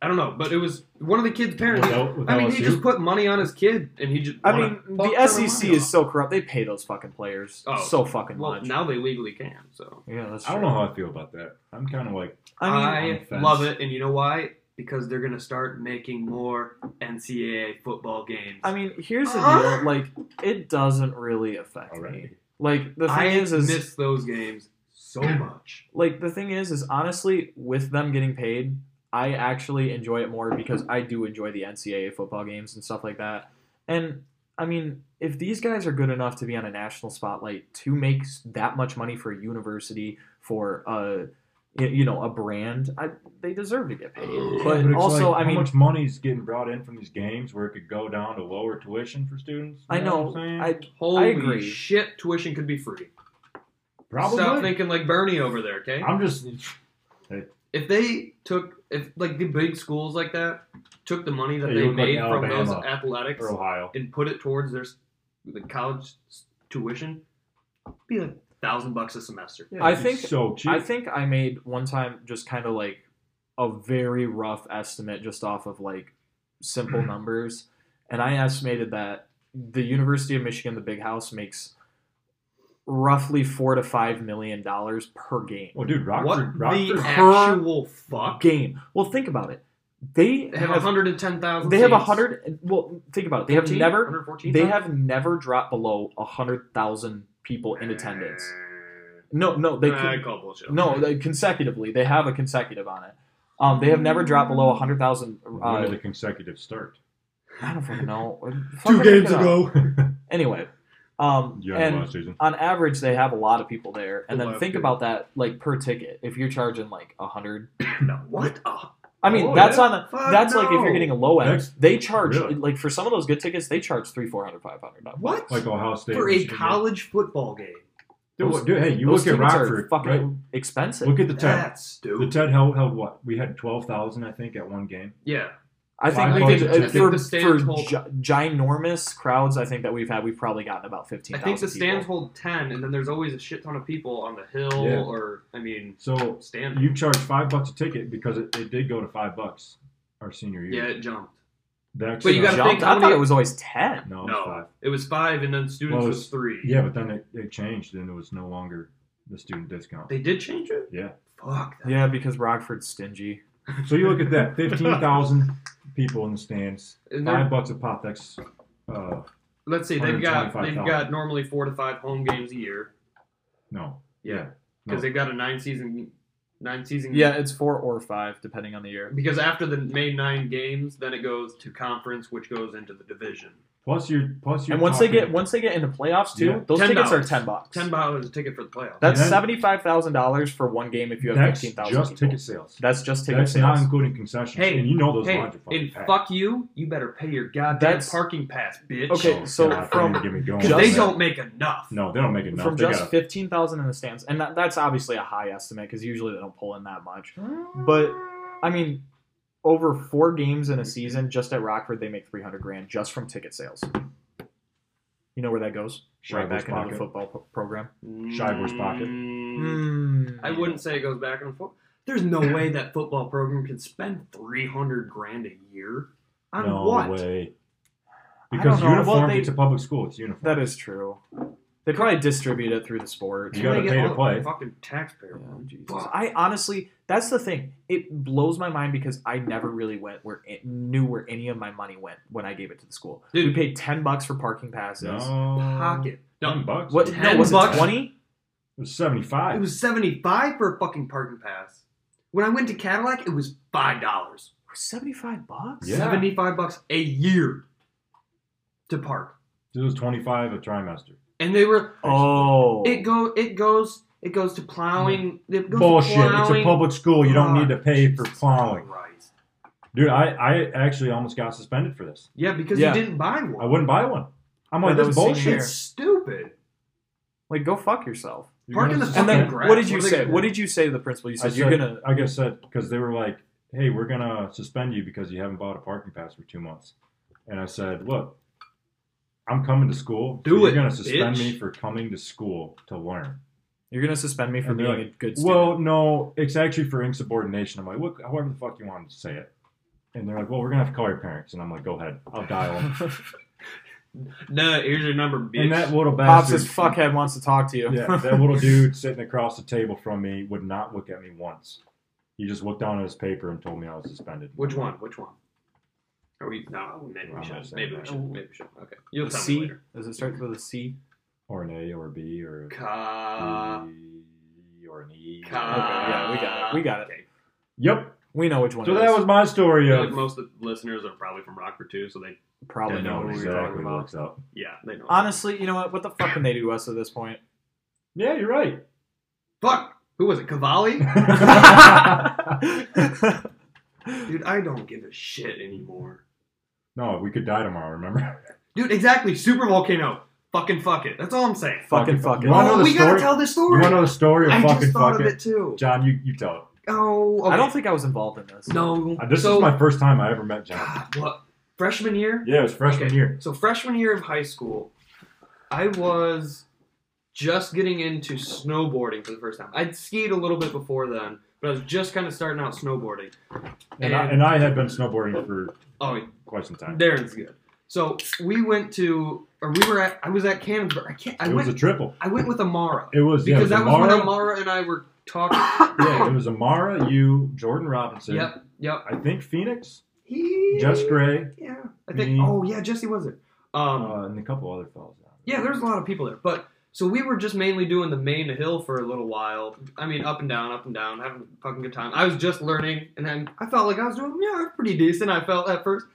D: I don't know, but it was one of the kid's parents.
A: Without, without
D: I mean,
A: LSU?
D: he just put money on his kid, and he just.
C: I
D: won
C: mean,
D: it. Fuck
C: the
D: their
C: SEC
D: money
C: is
D: off.
C: so corrupt. They pay those fucking players
D: Oh.
C: so fucking
D: Well,
C: much.
D: now they legally can. So
C: yeah, that's
A: I
C: true.
A: don't know how I feel about that. I'm kind of like,
C: I mean,
A: on
D: I,
A: the fence.
D: love it, and you know why? because they're gonna start making more NCAA football games.
C: I mean, here's the
D: Uh-huh.
C: deal. Like, it doesn't really affect me.
A: Alright.
C: Like the thing
D: I
C: is, is
D: miss those games so much.
C: like the thing is, is honestly, with them getting paid, I actually enjoy it more because I do enjoy the NCAA football games and stuff like that. And I mean, if these guys are good enough to be on a national spotlight to make s- that much money for a university for a y- you know a brand, I, they deserve to get paid. But,
A: it's
C: also,
A: like,
C: I mean,
A: how much money's getting brought in from these games where it could go down to lower tuition for students? You
C: I know,
A: what I'm saying?
C: I
D: Holy
C: agree.
D: shit, tuition could be free.
A: probably.
D: Stop thinking like Bernie over there, okay?
A: I'm just
D: if they took if like the big schools like that took the money that
A: Yeah, you
D: they
A: look like
D: made from those
A: Alabama
D: athletics
A: for Ohio.
D: and put it towards their s- the college s- tuition, be a thousand bucks a semester.
A: Yeah,
C: I
A: it's
C: think-
A: so cheap.
C: I think I made one time just kind of like a very rough estimate just off of like simple
D: Mm-hmm.
C: numbers. And I estimated that the University of Michigan, the big house, makes roughly four to five million dollars per game.
A: well, dude,
D: what
A: Rockford,
D: the
A: Rockford,
D: actual fuck?
C: Game. Well, think about it. They
D: They have
C: have
D: 110,000.
C: they have a
D: seats.
C: hundred. Well, think about it. They have
D: 13?
C: never
D: 114,000?
C: they have never dropped below a hundred thousand people in attendance. No, no, they
D: Nah,
C: could,
D: I call bullshit.
C: No, they, consecutively. They have a consecutive on it. Um, they have never dropped below 100,000.
A: When did
C: Uh,
A: the consecutive start?
C: I don't fucking know.
A: Two
C: Fucking
A: games
C: look it up.
A: ago.
C: Anyway, um,
A: yeah,
C: and
A: last season.
C: on average, they have a lot of people there. And then
D: Left
C: think
D: it.
C: about that, like per ticket. If you're charging like 100,
D: no. What? Oh,
C: I mean,
D: Oh,
C: that's
D: yeah.
C: on the,
D: Fuck
C: that's like if
D: no.
C: you're getting a low end.
A: That's-
C: they charge
A: really?
C: like for some of those good tickets, they charge three, four hundred, five hundred. dollars.
D: what?
A: Like Ohio State.
D: For a
A: Michigan.
D: college football game.
A: Dude,
C: Those-
A: dude, hey, you
C: Those
A: look at
C: tickets are
A: Rockford.
C: fucking
A: right?
C: expensive.
A: Look at the Ted.
D: That's
A: The
D: stupid.
A: Ted held, held what? We had twelve thousand, I think, at one game.
D: yeah.
C: I think,
A: Five
C: we
A: bucks
C: did,
A: a ticket.
C: uh,
A: I
D: think
C: for,
D: the
C: for
D: stands hold-
C: gi- ginormous crowds, I think that we've had, we've probably gotten about
D: I
C: 15,000
D: think the
C: people.
D: stands hold ten, and then there's always a shit ton of people on the hill,
A: Yeah.
D: or I mean,
A: So
D: stand.
A: you charge five bucks a ticket because it, it did go to five bucks our senior
D: yeah,
A: year.
D: it jumped.
A: That's
D: But you gotta
C: Jumped?
D: think how
C: I thought
D: many-
C: it was always 10.
A: no, Oh, it was
D: No,
A: five.
D: it was five, and then students
A: Well, it
D: was
A: was-
D: three.
A: Yeah, but then it, it changed, and it was no longer the student discount.
D: they did change it.
A: Yeah.
D: Fuck. That.
C: Yeah, because Rockford's stingy.
A: So you look at that: fifteen thousand people in the stands,
D: And
A: five
D: they're,
A: bucks a pop. That's uh,
D: let's see, they've got they've
A: 125,000.
D: got normally four to five home games a year.
A: no.
D: Yeah,
A: No.
D: because they've got a nine season, nine season.
C: Oh. Yeah, it's four or five, depending on the year.
D: Because after the main nine games, then it goes to conference, which goes into the division.
A: Plus your plus your.
C: and once they get once they get into playoffs too,
A: Yeah.
C: those tickets are
D: $10.
C: ten bucks.
D: Ten dollars a ticket for the playoffs.
C: That's
A: Yeah.
C: seventy five thousand dollars for one game if you have
A: that's
C: fifteen
A: just
C: thousand people.
A: ticket sales.
C: That's just ticket
A: That's
C: sales.
A: not including concessions.
D: Hey,
A: and you know those
D: hey,
A: lines are fucking
D: and
A: packed.
D: fuck you, you better pay your goddamn
C: That's-
D: parking pass, bitch.
C: Okay, so
A: God,
C: from-
A: don't even get me going.
D: Because
C: Just-
D: they don't make enough.
A: Oh, No, they don't make enough.
C: From
A: they
C: just
A: got
C: fifteen thousand in the stands, and that, that's obviously a high estimate because usually they don't pull in that much.
D: Mm.
C: But I mean, over four games in a season, just at Rockford, they make three hundred grand just from ticket sales. You know where that goes? Right back into the football po- program.
A: Shiver's pocket.
D: Mm, I wouldn't say it goes back and forth. There's no way that football program can spend 300 grand a year on
A: no
D: what?
A: way.
C: I don't
A: Because
C: know. Well,
A: uniform,
C: they-
A: it's a public school. It's uniform.
C: That is true. They probably distribute it through the sport.
A: You
D: Can
A: gotta
D: they get
A: pay to
D: all the
A: play.
D: Fucking taxpayer.
C: Yeah,
A: Oh,
D: money?
C: Jesus.
D: Fuck.
C: I honestly, that's the thing. It blows my mind because I never really went where it knew where any of my money went when I gave it to the school.
D: Dude.
C: we paid ten bucks for parking passes.
A: no.
D: Pocket.
A: Ten bucks.
C: What?
A: It
C: No, was it
D: bucks.
C: twenty?
A: was seventy-five.
D: It was 75 for a fucking parking pass. When I went to Cadillac, it was five dollars.
C: Seventy-five bucks.
A: Yeah.
D: 75 bucks a year to park.
A: it was twenty-five a trimester.
D: And they were
C: Oh.
D: It go it goes it goes to plowing. It goes
A: Bullshit.
D: To plowing.
A: It's a public school. You don't need to
D: God,
A: pay for
D: Jesus
A: plowing.
D: Christ.
A: Dude, I, I actually almost got suspended for this.
D: Yeah, because
C: Yeah.
D: you didn't buy
A: I
D: one.
A: wouldn't buy one. I'm like, this
C: But that was
A: bullshit.
C: senior year.
D: It's stupid.
C: Like go fuck yourself.
A: You're
D: Park
A: gonna
D: in the
C: And
A: suspend-
D: fucking
C: then
D: grass.
C: what did you
D: What are they
C: say?
D: gonna
C: What
D: do?
C: did you say to the principal? You
A: I
C: said you're
A: said-
C: gonna.
A: I guess said because they were like, "Hey, we're gonna suspend you because you haven't bought a parking pass for two months." And I said, "Look, I'm coming to school.
D: Do
A: you're
D: it,
A: gonna suspend
D: bitch."
A: me for coming to school to learn."
C: You're gonna suspend me for
A: And they're
C: being a
A: like,
C: good student.
A: Well, no, it's actually for insubordination. I'm like, "Look, however the fuck you want to say it." And they're like, "Well, we're gonna have to call your parents." And I'm like, "Go ahead, I'll dial." 'em."
D: No, here's your number, bitch.
A: and that little
C: Pops,
A: bastard,
C: this fuckhead wants to talk to you.
A: yeah, that little dude sitting across the table from me would not look at me once. He just looked down at his paper and told me I was suspended.
D: Which one? Which one? Are we? No,
A: I'm
D: maybe we
A: not
D: should.
A: saying
D: Maybe we
A: that.
D: should. Maybe we should. Okay. You'll
C: The
D: tell
C: C?
D: me later.
C: Does it start with a C?
A: Or an A or a B or a
D: Ka.
A: D or an E.
D: Ka.
C: yeah, we got it. We got it.
D: Okay.
A: Yep.
C: We know which one.
A: So
C: it
A: that
C: is.
A: was my story
D: I feel
A: of
D: like most of the listeners are probably from Rockford too, so they
C: probably
A: Yeah,
C: know
A: no,
C: who we were
A: exactly
C: talking about.
A: looks up.
D: yeah they know.
C: Honestly, you know what? What the fuck can they do to us at this point?
A: Yeah, you're right.
D: Fuck. Who was it? Cavalli?
C: yeah,
D: Dude, I don't give a shit anymore.
A: no, we could die tomorrow. Remember?
D: Dude, exactly. Super volcano. Fucking fuck it. That's all I'm saying.
C: Fucking
A: fuck
C: fuck
A: it.
C: it.
A: You wanna
D: Oh,
A: know the
D: we gotta
A: story?
D: tell this
A: You
D: story.
A: want to know the story of
D: I
A: fucking
D: just thought
A: fucking?
D: of it too.
A: John, you you tell it.
D: Oh, okay.
C: I don't think I was involved in this.
D: No.
A: Uh, This
D: so,
A: is my first time I ever met John.
D: God, what? Freshman year?
A: Yeah, it was freshman
D: Okay,
A: year.
D: So freshman year of high school, I was just getting into snowboarding for the first time. I'd skied a little bit before then, but I was just kind of starting out snowboarding.
A: And, I, and I had been snowboarding for
D: oh,
A: quite some time.
D: Darren's good. So we went to, or we were at, I was at Cannonsburg. I can't. I
A: it was
D: went.
A: a triple.
D: I went with Amara
A: It was yeah, it
D: because
A: was
D: that was when
A: Amara.
D: Amara and I were talking.
A: yeah, it was Amara, you, Jordan Robinson.
D: yep, yep.
A: I think Phoenix,
D: He,
A: Jess Gray,
D: Yeah, I think.
A: me.
D: Oh yeah, Jesse was it. Um,
A: uh, and a couple other fellas.
D: Yeah, there's a lot of people there. But so we were just mainly doing the main hill for a little while. I mean, up and down, up and down, having a fucking good time. I was just learning, and then I felt like I was doing yeah pretty decent. I felt at first,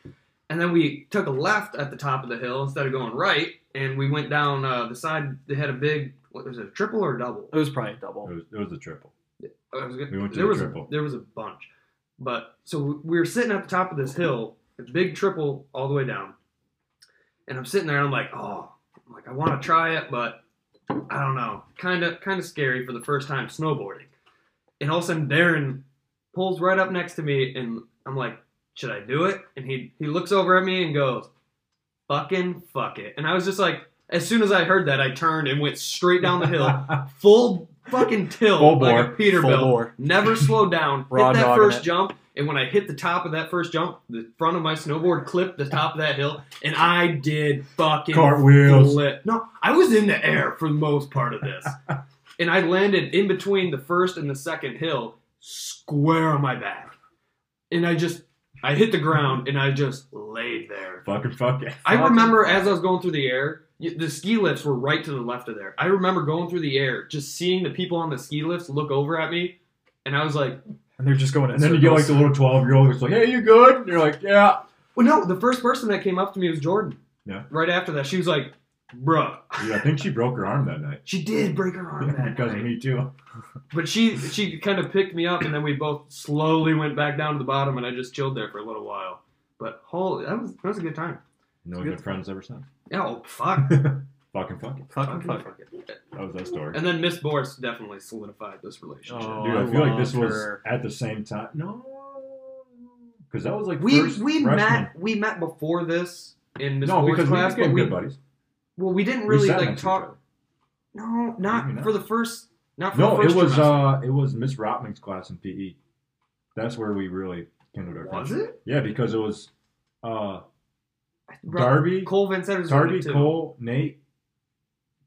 D: and then we took a left at the top of the hill instead of going right, and we went down uh, the side. They had a big what was it, a triple or a double?
C: It was probably a double.
A: It was, it was a triple.
D: I was gonna-
A: We went to
D: there
A: the
D: was
A: triple.
D: there was a bunch, but so we were sitting at the top of this hill, a big triple all the way down, and I'm sitting there and I'm like, oh, I'm like I want to try it, but I don't know, kind of kind of scary for the first time snowboarding, and all of a sudden Darren pulls right up next to me and I'm like, should I do it? And he he looks over at me and goes, fucking fuck it, and I was just like, as soon as I heard that, I turned and went straight down the hill full fucking tilt
A: Full
D: like a
A: bore.
D: Peterbilt.
C: Full bore.
D: Never slowed down.
C: Raw
D: hit that
C: dogging
D: first
C: it.
D: jump, and when I hit the top of that first jump, the front of my snowboard clipped the top of that hill, and I did fucking
A: Cartwheels.
D: flip. No, I was in the air for the most part of this, and I landed in between the first and the second hill, square on my back, and I just I hit the ground and I just laid there.
A: Fucking fuck it.
D: I remember as I was going through the air, y- the ski lifts were right to the left of there. I remember going through the air, just seeing the people on the ski lifts look over at me, and I was like,
C: And they're just going. in
A: And then you get like
C: circles.
A: the little 12 year old that's like, hey, you good? And you're like, yeah.
D: "Well, no." The first person that came up to me was Jordan.
A: Yeah.
D: Right after that, she was like, "Bruh,
A: Dude, I think she broke her arm that night.
D: she did break her arm that
A: because of
D: night."
A: me, too.
D: But she she kind of picked me up, and then we both slowly went back down to the bottom, and I just chilled there for a little while. But holy, that was that was a good time.
A: No
C: Good.
A: good friends ever since.
D: Yeah, oh fuck,
A: Fucking fuck it.
C: fucking fuck.
D: fuck it.
A: That was that story.
D: And then Miss Boris definitely solidified this relationship.
C: Oh,
A: Dude,
C: I
A: I feel like this
C: love
A: was
C: her.
A: at the same time. No. Because that was like
D: We
A: first
D: we
A: freshman.
D: met we met before this in Miss
A: No,
D: Board's
A: because
D: class,
A: we
D: but
A: became
D: we
A: good buddies.
D: well we didn't
A: We
D: really
A: sat
D: like
A: next to
D: talk. No, not,
A: Maybe not.
D: for the first. Not
A: each other. No,
D: for the
A: it
D: first
A: was
D: trimester.
A: uh, it was Miss Rotman's class in PE. That's where we really kindled our
D: was
A: friendship.
D: it
A: Yeah, because it was uh,
D: Bro,
A: Darby,
D: Cole Van Setters was in
A: Darby,
D: it, too.
A: Cole, Nate,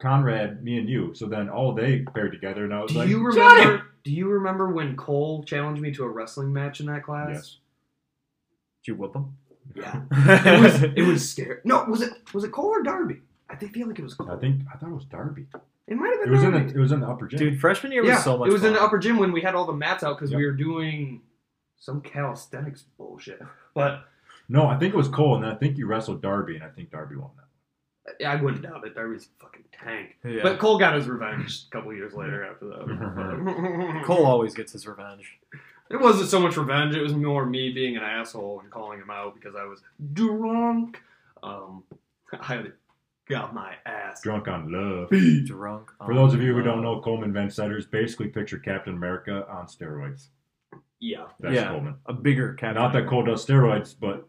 A: Conrad, me, and you. So then all they paired together, and I was
D: Do
A: like,
D: you
A: "Johnny!"
D: remember? Do you remember when Cole challenged me to a wrestling match in that class?
A: Yes.
C: Did you whip him?
D: Yeah, it was it was scary. No, was it was it Cole or Darby? I think feel like it was Cole.
A: I think I thought it was Darby.
D: it might have
A: It
D: been.
A: was in
D: Darby.
A: the it was in the upper gym.
C: Dude, freshman year was
D: yeah,
C: so much.
D: it was
C: fun.
D: in the upper gym when we had all the mats out because
A: Yep.
D: we were doing some calisthenics bullshit. But
A: No, I think it was Cole, and then I think you wrestled Darby, and I think Darby won that.
D: Yeah, I wouldn't doubt it. Darby's a fucking tank.
C: Yeah.
D: But Cole got his revenge a couple years later after that.
C: Cole always gets his revenge.
D: It wasn't so much revenge. It was more me being an asshole and calling him out because I was drunk. Um, I got my ass.
A: Drunk on love.
C: Drunk.
A: For those of you who don't know, Coleman Van Setters basically picture Captain America on steroids.
D: Yeah.
A: That's
C: Yeah.
A: Coleman.
C: a bigger captain.
A: Not that Cole does steroids, but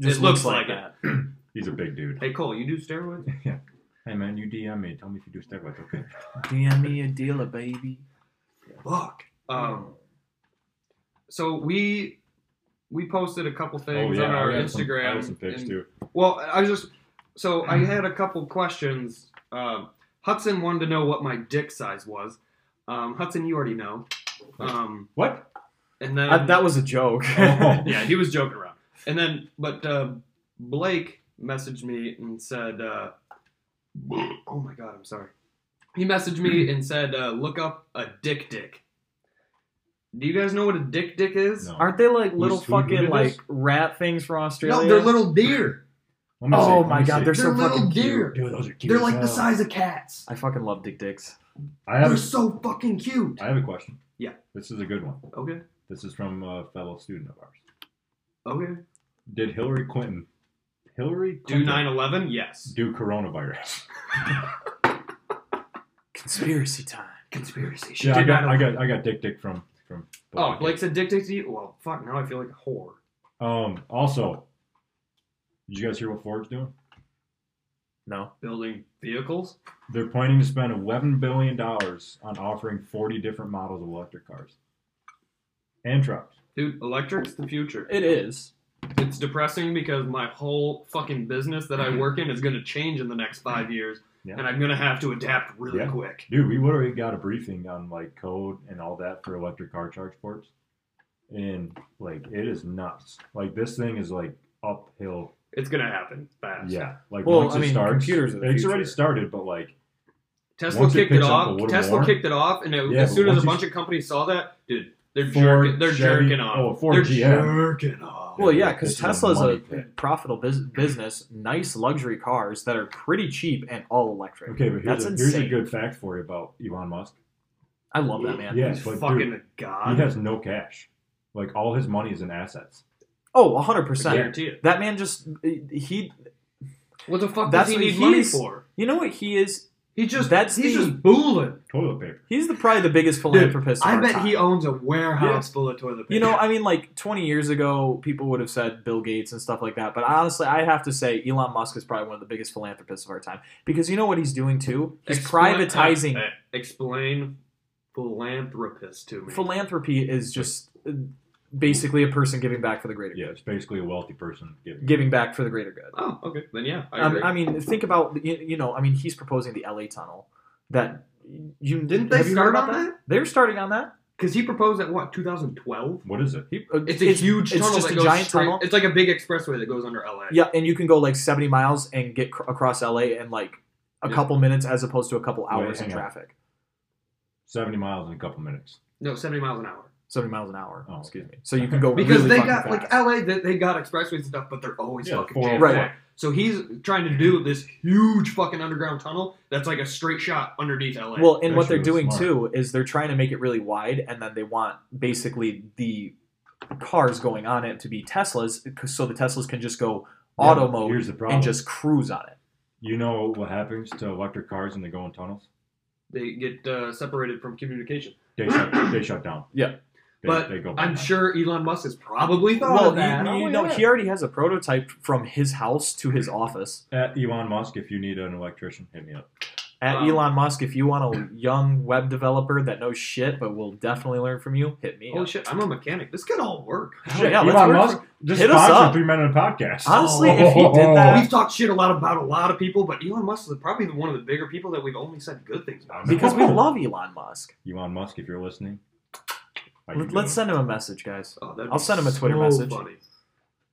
C: Just
D: It
C: looks,
D: looks like
C: like,
D: it.
C: that.
A: he's a big dude.
D: Hey Cole, you do steroids?
A: Hey man, you DM me. Tell me if you do steroids, okay?
C: DM me a dealer, baby.
D: Fuck. Um. So we we posted a couple things on our
A: Oh, I got some- I
D: Instagram.
A: got some pics
D: and-
A: too.
D: Well, I was just so I had a couple questions. Um, Hudson wanted to know what my dick size was. Um, Hudson, you already know. Um,
A: What?
D: And then
C: I, that was a joke.
A: Oh.
D: yeah, he was joking around. And then, but uh, Blake messaged me and said, uh, "Oh my god, I'm sorry." He messaged me and said, uh, "Look up a dick dick." Do you guys know what a dick dick is?
A: No.
C: Aren't they like
A: Who's-
C: little
A: who- who
C: fucking
A: did
C: like
A: this?
C: rat things from Australia?
D: No, they're little deer.
A: Let me see,
C: oh
A: let
C: my
A: me
C: god,
A: see.
C: they're, so
D: They're little
C: fucking cute.
D: deer.
A: Dude, those are cute.
D: They're
A: as
D: like the
A: hell.
D: size of cats.
C: I fucking love dick dicks.
A: I have,
D: They're
A: a,
D: so fucking cute.
A: I have a question.
D: Yeah.
A: This is a good one.
D: Okay.
A: This is from a fellow student of ours.
D: Okay.
A: Did Hillary Clinton, Hillary
D: Do
A: Clinton,
D: 9/11? Yes.
A: do coronavirus?
C: Conspiracy time.
D: Conspiracy. She
A: Yeah, I
D: did
A: got,
D: 9/11.
A: I got, I got dick dick from from.
D: Oh, Blake's addicted to you. Well, fuck. Now I feel like a whore.
A: Um. Also, did you guys hear what Ford's doing?
C: No.
D: Building vehicles.
A: They're planning to spend 11 billion dollars on offering 40 different models of electric cars and trucks.
D: Dude, electric's the future.
C: It is.
D: It's depressing because my whole fucking business that I work in is going to change in the next five years,
A: Mm-hmm. Yeah.
D: and I'm going to have to adapt really
A: Yeah.
D: quick.
A: Dude, we literally got a briefing on like code and all that for electric car charge ports, and like it is nuts. Like this thing is like uphill.
D: It's going to happen fast.
A: Yeah. Like
C: Well,
A: once
C: I
A: it
C: mean,
A: starts,
C: computers are the
A: it's already
C: future.
A: started, but like
D: Tesla
A: Once it
D: kicked it,
A: picks up a
D: off.
A: little
D: Tesla
A: more-
D: kicked it off, and it,
A: Yeah,
D: as
A: but
D: soon as
A: once
D: a
A: you-
D: bunch of companies saw that, dude, they're
A: Ford,
D: jerking, they're
A: Chevy-
D: jerking off.
A: oh, Ford
D: they're
A: GM.
D: jerking off.
A: Yeah,
C: Well, yeah,
A: like,
C: because
A: this is a
C: Tesla's a
A: money pit.
C: profitable bus- business, nice luxury cars that are pretty cheap and all electric.
A: okay, but here's
C: That's
A: a, here's a
C: insane.
A: good fact for you about Elon Musk.
C: I love that man.
A: Yeah,
D: He's
A: but
D: fucking
A: dude,
D: a god.
A: He has no cash. Like all his money is in assets.
C: Oh, 100
D: I
C: percent.
D: guarantee it.
C: That man just he.
D: What the fuck
C: That's
D: does
C: what
D: he need
C: he's-
D: money for?
C: You know what he is?
D: He just
C: That's
D: he's
C: the-
D: just booling.
A: Toilet paper.
C: He's the probably the biggest philanthropist. of
D: I
C: our
D: bet
C: time.
D: he owns a warehouse full of toilet paper.
C: You know, I mean, like 20 years ago, people would have said Bill Gates and stuff like that. But honestly, I have to say Elon Musk is probably one of the biggest philanthropists of our time because you know what he's doing too? He's
D: Explain-
C: privatizing.
D: uh, uh, explain philanthropist to me.
C: Philanthropy is just uh, basically a person giving back for the greater
A: Yeah, it's basically a wealthy person giving.
C: giving back for the greater good.
D: oh, okay. Then yeah, I
C: Um,
D: agree.
C: I mean, think about you, you know. I mean, he's proposing the LA tunnel that you
D: Didn't they
C: have you heard about
D: start on
C: They're starting on that.
D: Because he proposed at what 2012.
A: What is it?
C: He- uh,
D: It's a huge
C: It's
D: tunnel
C: just
D: that
C: a
D: goes
C: giant
D: straight-
C: tunnel.
D: It's like a big expressway that goes under LA.
C: Yeah, and you can go like 70 miles and get cr- across LA in like a
D: Yeah.
C: couple minutes as opposed to a couple
A: Wait,
C: hours in
A: hang on.
C: traffic.
A: 70 miles in a couple minutes.
D: No, 70 miles an hour.
C: 70 miles an hour.
A: Oh,
C: excuse
A: okay.
C: me. So you can go
D: Because
C: really
D: they
C: fucking
D: got
C: fast.
D: like LA, they, they got expressways and stuff, but they're always
A: Yeah,
D: fucking
A: four oh
D: jammed.
C: four.
D: up. So he's trying to do this huge fucking underground tunnel that's like a straight shot underneath LA.
C: well, and what they're
A: Actually,
C: doing
A: that's
C: too is they're trying to make it really wide, and then they want basically the cars going on it to be Teslas, 'cause- so the Teslas can just go auto
A: Yeah,
C: mode
A: Here's the problem.
C: and just cruise on it.
A: you know what happens to electric cars when they go in tunnels?
D: they get uh, separated from communication.
A: They shut, they shut down.
C: Yeah.
A: They,
D: But
A: they go
D: I'm
A: back.
D: sure Elon Musk has probably thought
C: Well,
D: of that.
C: you,
A: Oh,
C: you know,
A: yeah.
C: he already has a prototype from his house to his office.
A: At Uh, Elon Musk, if you need an electrician, hit me up.
C: At
D: Wow.
C: Elon Musk, if you want a young web developer that knows shit but will definitely learn from you, hit me.
D: Holy
C: up.
D: Oh, shit, I'm a mechanic. This could all work.
C: Oh, yeah, let's
A: Elon
C: work
A: Musk, just
C: hit us up.
A: sponsor Three Men on a Podcast.
C: Honestly, if he did that-
D: We've talked shit a lot about a lot of people, but Elon Musk is probably one of the bigger people that we've only said good things about.
C: Because we love Elon Musk.
A: Elon Musk, if you're listening, how you
C: Let- Let's
A: doing?
C: send him a message, guys.
D: Oh, that'd
C: I'll
D: be
C: send him a Twitter
D: so
C: message.
D: funny.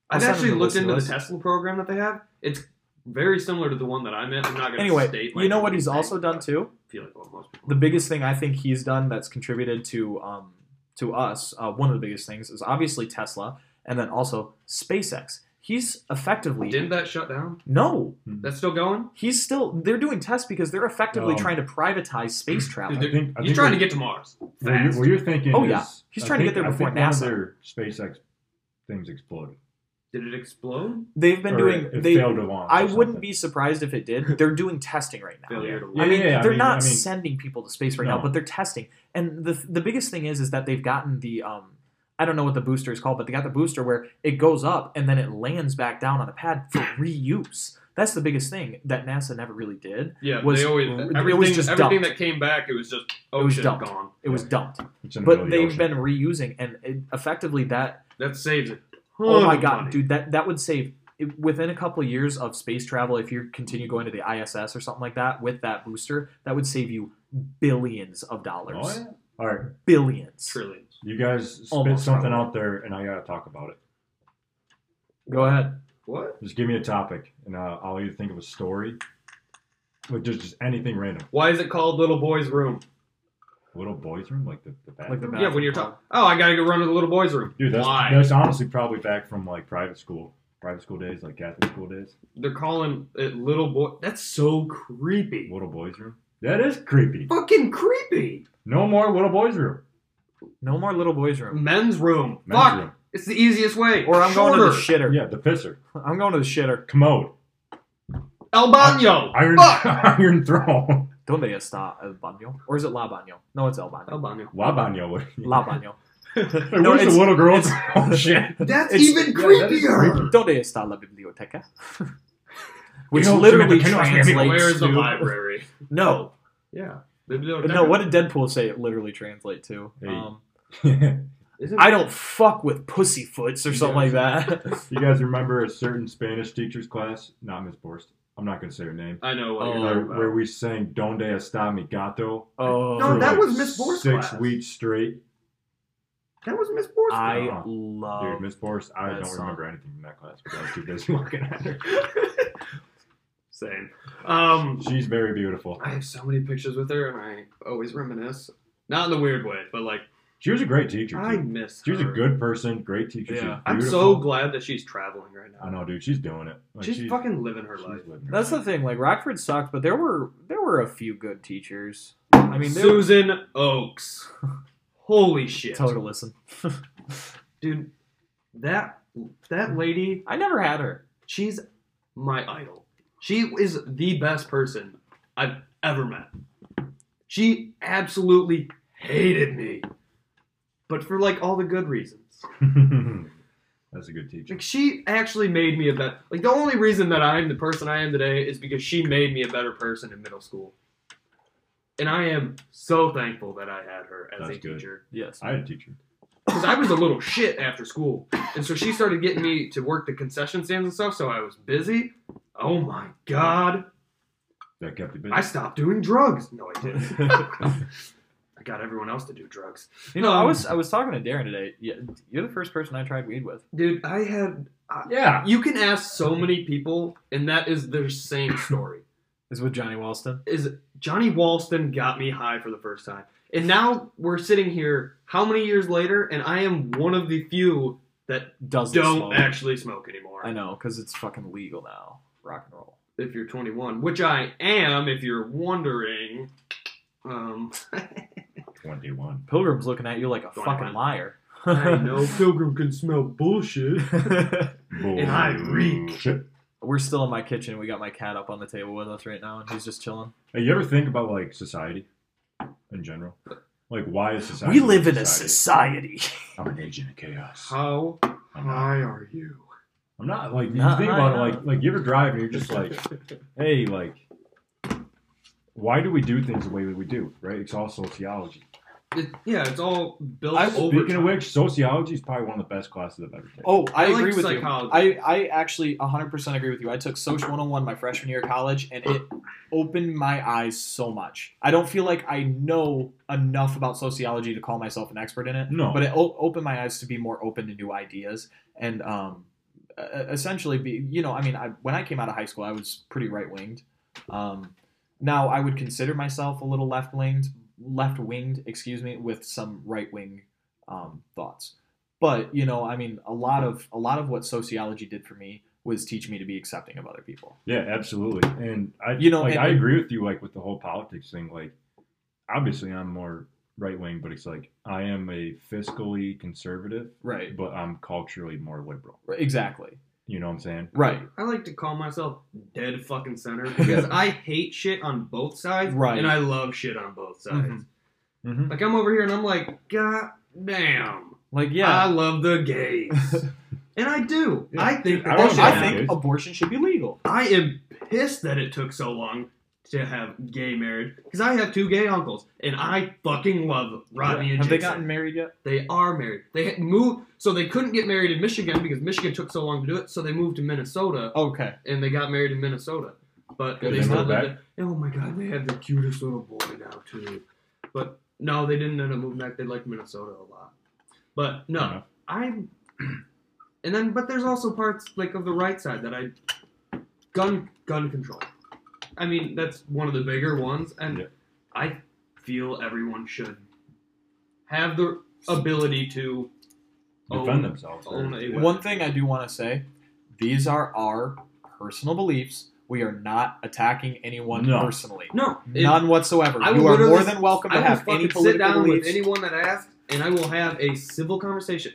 C: I'll
D: I've
C: send
D: actually
C: him a
D: looked
C: listen
D: into
C: to
D: the
C: this.
D: Tesla program that they have. It's very similar to the one that I'm in. I'm not going to
C: Anyway,
D: state. like,
C: you know what he's
D: I
C: also done too?
D: feel like what most people.
C: The biggest thing I think he's done that's contributed to um, to us, uh, one of the biggest things is obviously Tesla, and then also SpaceX. He's effectively
D: Didn't that shut down?
C: no,
D: That's still going.
C: he's still they're doing tests because they're effectively
A: No.
C: trying to privatize space travel.
D: Dude,
A: I think, I
D: He's
A: think
D: trying to
A: what-
D: get to Mars.
A: what you're,
D: Fast.
A: what you're thinking.
C: Oh, yeah.
A: is-
C: He's
A: I
C: trying to
A: think-
C: get there
A: I
C: before
A: think one of
C: NASA.
A: their SpaceX things exploded.
D: Did it explode?
C: They've been
A: Or
C: doing
A: it
C: they
A: failed to launch. or
C: I wouldn't
A: something.
C: be surprised if it did. They're doing testing right now.
D: Failure to
A: Yeah,
C: I mean,
A: yeah, I
C: they're
A: mean-
C: not
A: I mean-
C: sending people to space right now,
A: No.
C: but they're testing. And the the biggest thing is is that they've gotten the um I don't know what the booster is called, but they got the booster where it goes up and then it lands back down on a pad for reuse. That's the biggest thing that NASA never really did.
D: Yeah,
C: was-
D: they always
C: it was
D: everything,
C: just
D: everything
C: dumped.
D: that came back, it was just oh
C: was
D: shit,
C: dumped.
D: gone.
C: It was dumped,
A: It's in the middle
C: but
A: of the
C: they've
A: ocean.
C: been reusing and it, effectively that.
D: That saves it.
C: Oh my
D: Tons of money.
C: god, dude, that that would save it- within a couple of years of space travel if you continue going to the ISS or something like that with that booster. That would save you billions of dollars,
A: Oh, yeah. All right.
C: billions.
D: Trillions.
C: close.
A: You guys spit
C: Almost
A: something
C: probably.
A: out there, and I gotta talk about it.
C: Go ahead.
D: What?
A: Just give me a topic, and uh, I'll either think of a story, or just, just anything random.
D: Why is it called Little Boy's Room?
A: Little boys' room, like the the bathroom.
C: Like the
D: yeah, when you're talking. Oh, I gotta go run to the Little Boy's Room.
A: Dude, that's,
D: Why?
A: that's honestly probably back from like private school, private school days, like Catholic school days.
D: They're calling it Little Boy. That's so creepy.
A: Little boys' room. That is creepy.
D: Fucking creepy.
A: No more little boys' room.
C: No more little boys room.
D: Men's room.
A: Men's
D: Fuck.
A: room.
D: It's the easiest way.
C: Or I'm going to the shitter.
A: Yeah, the pisser,
C: I'm going to the shitter.
A: commode,
D: El Bano.
A: iron,
D: Fuck.
A: iron throne,
C: Don't they stop El Bano? Or is it La Bano? No, it's El Bano.
D: El Bano.
A: La Bano.
C: La Bano.
A: Hey,
C: No,
A: where's
C: it's-
A: the little girls?
C: it's-
A: Oh shit!
D: That's
C: It's-
D: even
A: yeah, that is
D: creepier.
A: creepy.
C: Donde está la biblioteca? Which
A: You know,
C: literally
A: Jimmy, can you ask me
C: translates
D: Where is the
C: to-
D: library?
C: No,
D: Yeah.
C: no. What did Deadpool say? It literally translate to.
A: Hey.
C: Um,
A: you
D: Isn't-
C: I don't fuck with pussyfoots or something like that.
A: guys remember a certain Spanish teacher's class? Not Miss Borst. I'm not gonna say her name.
D: I know what
C: Oh,
D: you're
A: Where,
D: talking
A: Uh, where
D: about.
A: we sang "Donde está mi gato"?
C: Oh,
D: No,
A: for,
D: that
A: like,
D: was Miss Borst's
A: Six
D: class.
A: weeks straight,
D: That was Miss Borson.
C: I
A: Uh-huh.
C: love.
D: Oh,
A: dude. Miss Borst. I
C: that
A: don't
C: song.
A: remember anything from that class because I was too busy looking at her.
D: Same. Um,
A: She's very beautiful.
D: I have so many pictures with her, and I always reminisce. Not in the weird way, but like
A: She was a great teacher.
D: I
A: too.
D: miss.
A: She was a
D: her.
A: good person, great teacher. She's
C: Yeah.
D: I'm
A: beautiful.
D: so glad that she's traveling right
A: I
D: now.
A: know, dude. She's doing it. Like,
D: she's,
A: she's-
D: fucking living her
A: she's
D: life.
A: living her
C: That's the
A: life.
C: thing. Like Rockford sucked, but there were there were a few good teachers. I mean, there was
D: Susan Oaks. Holy shit,
C: tell her to listen.
D: dude! That that lady,
C: I never had her.
D: she's my idol. She is the best person I've ever met. She absolutely hated me, but for like all the good reasons.
A: That's a good teacher.
D: Like she actually made me a better. Like the only reason that I'm the person I am today is because she made me a better person in middle school, and I am so thankful that I had her as
A: That's
D: a
A: good.
D: teacher.
C: Yes.
A: I had a teacher.
D: Because I was a little shit after school, and so she started getting me to work the concession stands and stuff. So I was busy. Oh my god!
A: That kept you busy.
D: I stopped doing drugs. No, I didn't. I got everyone else to do drugs.
C: you know, I
D: Um,
C: was I was talking to Darren today. Yeah, you're the first person I tried weed with.
D: dude. I had.
A: yeah.
D: You can ask so many people, and that is their same story.
C: Is with Johnny Walston.
D: is Johnny Walston got me high for the first time. And now we're sitting here how many years later and I am one of the few that
C: Doesn't
D: don't
C: smoke.
D: actually smoke anymore.
C: I know, because it's fucking legal now. Rock and roll.
D: If you're 21, which I am if you're wondering. Um
A: Twenty-one.
C: Pilgrim's looking at you like a
D: Don't
C: fucking
D: mind.
C: liar.
D: I know Pilgrim can smell bullshit.
A: And
D: I reek.
C: We're still in my kitchen. We got my cat up on the table with us right now, and he's just chilling.
A: Hey, you ever think about like society in general? Like, why is society?
C: We live in a society.
A: I'm an agent of chaos.
D: How
A: I'm not.
D: high are you?
A: I'm not like you
C: Not
A: think
C: high
A: about it.
C: enough.
A: Like, like you ever drive and you're just like, hey, like, why do we do things the way that we do? Right? It's all sociology.
D: It, yeah, it's all built
C: I-
D: over
A: Speaking
D: time.
A: of which, sociology is probably one of the best classes I've ever taken.
C: Oh, I,
D: I like
C: agree with
D: psychology.
C: you. I, I actually 100% agree with you. I took Social 101 my freshman year of college, and it opened my eyes so much. I don't feel like I know enough about sociology to call myself an expert in it,
A: No.
C: but it o- opened my eyes to be more open to new ideas and um, e- essentially be, you know, I mean, I, when I came out of high school, I was pretty right winged. Um, now, I would consider myself a little left winged, left winged, excuse me, with some right wing um, thoughts but you know i mean a lot of a lot of what sociology did for me was teach me to be accepting of other people
A: Yeah, absolutely. And I,
C: You
A: you
C: know,
A: know, like
C: and-
A: I agree with you, like with the whole politics thing. Like, obviously, I'm more right wing, but it's like I am a fiscally conservative,
C: right
A: but I'm culturally more liberal.
C: exactly
A: You know what I'm saying?
C: right
D: I like to call myself dead fucking center because I hate shit on both sides,
C: Right.
D: and I love shit on both sides.
C: Mhm.
A: Mm-hmm.
D: Like I'm over here and I'm like, God damn,
C: like
D: I
C: yeah
D: love the gays, and I do.
A: Yeah.
D: I think
A: I
D: that
A: don't
D: should
C: i
A: yeah.
D: happen.
C: think abortion should be legal
D: I am pissed that it took so long to have gay marriage because I have two gay uncles and I fucking love Rodney and
C: have
D: Jason.
C: they gotten married yet
D: They are married. They had moved, so they couldn't get married in Michigan because Michigan took so long to do it. So they moved to Minnesota
C: okay
D: and they got married in Minnesota. But
C: Did
D: they
C: they
D: still
A: move
D: lived there. Oh my god, they have the cutest little boy now too. But no, they didn't end up moving back. They liked Minnesota a lot. But no,
A: know?
D: I. And then, but there's also parts like of the right side that I. Gun gun control. I mean, that's one of the bigger ones, and
A: Yeah.
D: I feel everyone should have the ability to
A: defend
D: Own-
C: Oh,
A: themselves. or-
D: own a
C: One thing I do want to say these are our personal beliefs. We are not attacking anyone
A: No.
C: personally.
D: no. it-
C: None whatsoever.
D: I will
C: You are more
D: literally-
C: than welcome
D: I
C: to
D: will
C: have any
D: fucking sit
C: political
D: down
C: beliefs.
D: with anyone that asks, and I will have a civil conversation.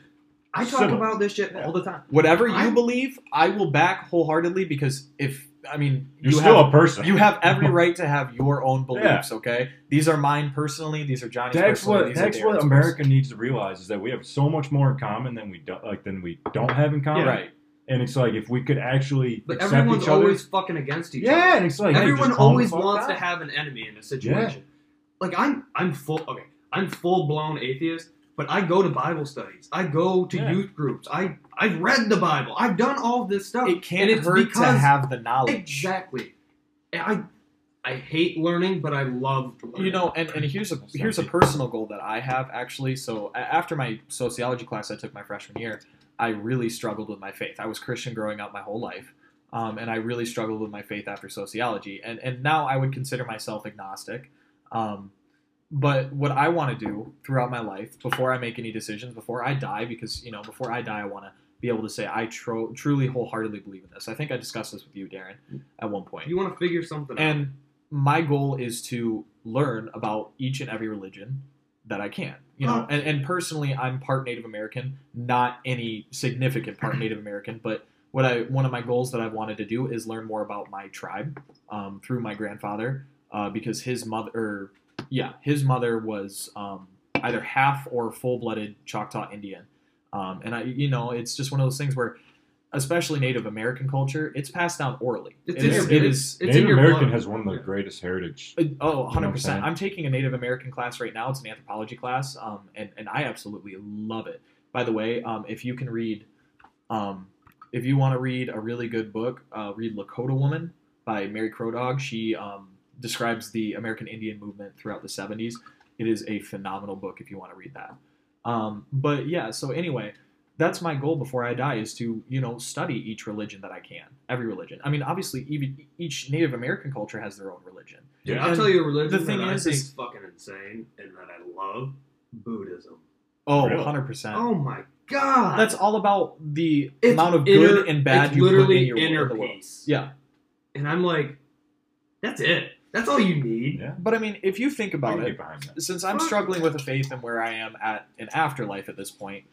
D: I talk
A: Civil.
D: about this shit all the time.
C: Whatever you
D: I'm-
C: believe, I will back wholeheartedly because if, I mean,
A: You're
C: you
A: still
C: have
A: a person.
C: You have every right to have your own beliefs, okay? These are mine personally. These are Johnny's
A: that's
C: personally.
A: what
C: these are
A: that's
C: Darren's
A: what America needs to realize is that we have so much more in common than we do, like than we don't have in
C: personally.
A: common.
C: Yeah, right.
A: And it's like if we could actually
D: But
A: accept
D: everyone's
A: each other.
D: always fucking against each other.
A: yeah, and it's like hey,
D: Everyone
A: just calm
D: always
A: the fuck
D: wants to
A: down.
D: have an enemy in a situation. Like I'm, I'm full. Okay, I'm full blown atheist, but I go to Bible studies. I go to
A: Yeah.
D: youth groups. I, I've read the Bible. I've done all this stuff.
C: It can't
D: and it's
C: hurt to
D: because-
C: have the knowledge.
D: exactly. And I, I hate learning, but I love. Learning.
C: You know, and, and here's a here's a personal goal that I have actually. So a- after my sociology class I took my freshman year, I really struggled with my faith. I was Christian growing up my whole life, um, and I really struggled with my faith after sociology. And and now I would consider myself agnostic. Um, but what I want to do throughout my life, before I make any decisions, before I die, because you know, before I die, I want to be able to say I tro- truly wholeheartedly believe in this. I think I discussed this with you, Darren, at one point.
D: you want to figure something out.
C: And my goal is to learn about each and every religion that I can. You know,
D: Huh.
C: and, and personally, I'm part Native American, not any significant part Native American, but what I one of my goals that I've wanted to do is learn more about my tribe um, through my grandfather uh, because his mother, or yeah, his mother was um, either half or full-blooded Choctaw Indian, um, and I, you know, it's just one of those things where, especially Native American culture, it's passed down orally.
D: It's
C: It
D: in
C: is-
D: your
C: it
D: blood.
C: is
D: It's in
A: Native
D: your
A: American
D: blood.
A: has one of the
D: Yeah.
A: greatest heritage.
C: uh, Oh,
A: You know what
C: 100
A: I'm saying?
C: percent. I'm taking a Native American class right now. It's an anthropology class, um, and and I absolutely love it. By the way, um, if you can read, um, if you want to read a really good book, uh, read Lakota Woman by Mary Crodog. She um, describes the American Indian movement throughout the 70s. It is a phenomenal book if you want to read that. Um, but yeah, so anyway, that's my goal before I die is to you know study each religion that I can, every religion. I mean, obviously, even each Native American culture has their own religion.
D: Dude,
A: Yeah.
D: I'll
C: And
D: tell you a religion
C: the thing
D: that
C: is-
D: I think
C: is-
D: fucking insane and that I love Buddhism.
C: Oh,
A: Really?
C: 100%.
D: Oh my god,
C: That's all about the
D: It's
C: amount of
D: inner-
C: good and bad
D: it's
C: you put in
D: literally
C: your
D: inner
C: the world.
D: peace.
C: Yeah,
D: And I'm like, that's it. That's all you need.
A: Yeah,
C: but I mean, if you think
A: I
C: about
A: can
C: it,
A: get behind that.
C: since I'm struggling with a faith and where I am at an afterlife at this point,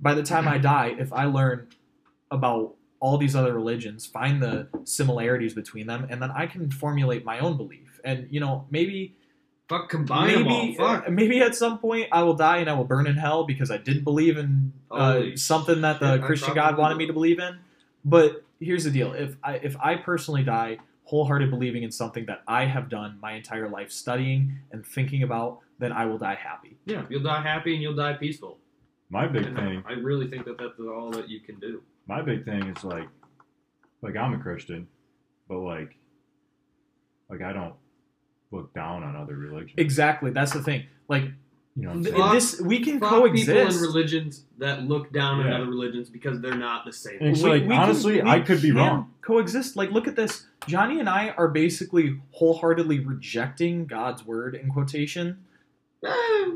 C: by the time I die, if I learn about all these other religions, find the similarities between them, and then I can formulate my own belief. And you know, maybe
D: Fuck, combine them all.
C: maybe
D: Fuck.
C: uh, maybe at some point I will die and I will burn in hell because I didn't believe in uh,
D: Holy
C: something that the
D: shit, I
C: Christian
D: probably
C: God wanted
D: will.
C: me to believe in. But here's the deal: if I if I personally die wholehearted believing in something that I have done my entire life studying and thinking about, then I will die happy.
D: Yeah, you'll die happy and you'll die peaceful.
A: My big
D: And
A: thing,
D: I really think that that's all that you can do.
A: my big thing is like, like I'm a Christian, but like, like I don't look down on other religions.
C: Exactly, that's the thing. Like
A: You know, what I'm
C: th-
A: saying?
D: Fuck-
C: this, we can
D: Fuck people in
C: coexist.
D: religions that look down on
A: Yeah.
D: other religions because they're not the same.
A: And it's
C: We-
A: like,
C: we can-
A: honestly,
C: we
A: I could be
C: can
A: wrong.
C: Coexist. Like, look at this. Johnny and I are basically wholeheartedly rejecting God's word in quotation.
D: Eh,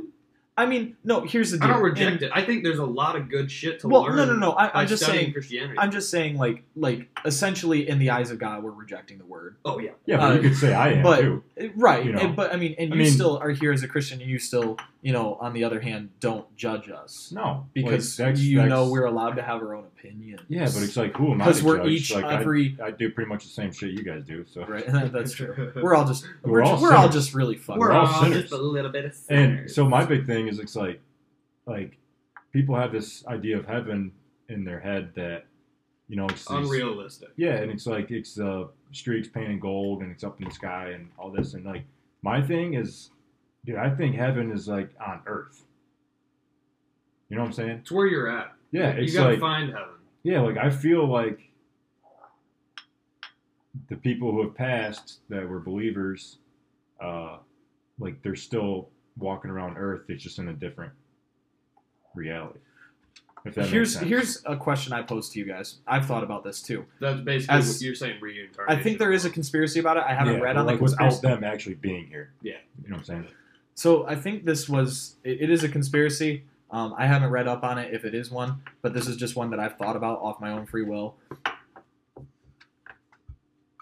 C: I mean, no. Here's the deal.
D: I don't reject
C: And-
D: it. I think there's a lot of good shit to
C: well,
D: learn.
C: no, no, no. I,
D: by
C: I'm just
D: studying
C: saying.
D: Christianity.
C: I'm just saying, like, like essentially, in the eyes of God, we're rejecting the word.
D: oh yeah,
A: Yeah, but
C: Uh,
A: you could say I am
C: but-
A: too.
C: Eh, Right.
A: You know.
C: and- but I mean, and
A: I
C: you
A: mean-
C: still are here as a Christian, and you still, you know, on the other hand, don't judge us
A: No,
C: because
A: like, that's-
C: you
A: that's-
C: know we're allowed to have our own opinion.
A: Yeah, but it's like, who am I?
C: because
A: to
C: we're
A: judge?
C: each
A: like, I-
C: every.
A: I, do pretty much the same shit you guys do. So,
C: Right. That's true. We're all just
A: We're
C: we're, ju-
A: all
C: we're all
A: sinners.
C: just really fucked.
D: we're
A: we're all
D: all
A: sinners.
D: just a little bit of
A: and
D: sinners.
A: so my big thing is, it's like, like people have this idea of heaven in their head that, you know, it's these-
D: unrealistic.
A: Yeah, and it's like it's uh, streaks painted gold, and it's up in the sky, and all this, and like my thing is, dude, I think heaven is like on earth. You know what I'm saying?
D: It's where you're at.
A: Yeah,
D: you
A: it's
D: gotta
A: like
D: find heaven.
A: yeah, like I feel like the people who have passed that were believers, uh, like they're still walking around Earth. It's just in a different reality. If that makes
C: Here's
A: sense.
C: here's a question I pose to you guys. I've thought about this too.
D: That's basically
C: As-
D: what you're saying reincarnation.
C: I think there is a conspiracy about it. I haven't
A: Yeah,
C: read
A: but,
C: on the
A: like
C: conspiracy.
A: without them actually being here.
D: Yeah.
A: you know what I'm saying.
C: So I think this was it, it is a conspiracy. Um, I haven't read up on it if it is one, but this is just one that I've thought about off my own free will.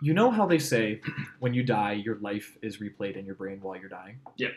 C: You know how they say when you die, your life is replayed in your brain while you're dying.
D: Yep.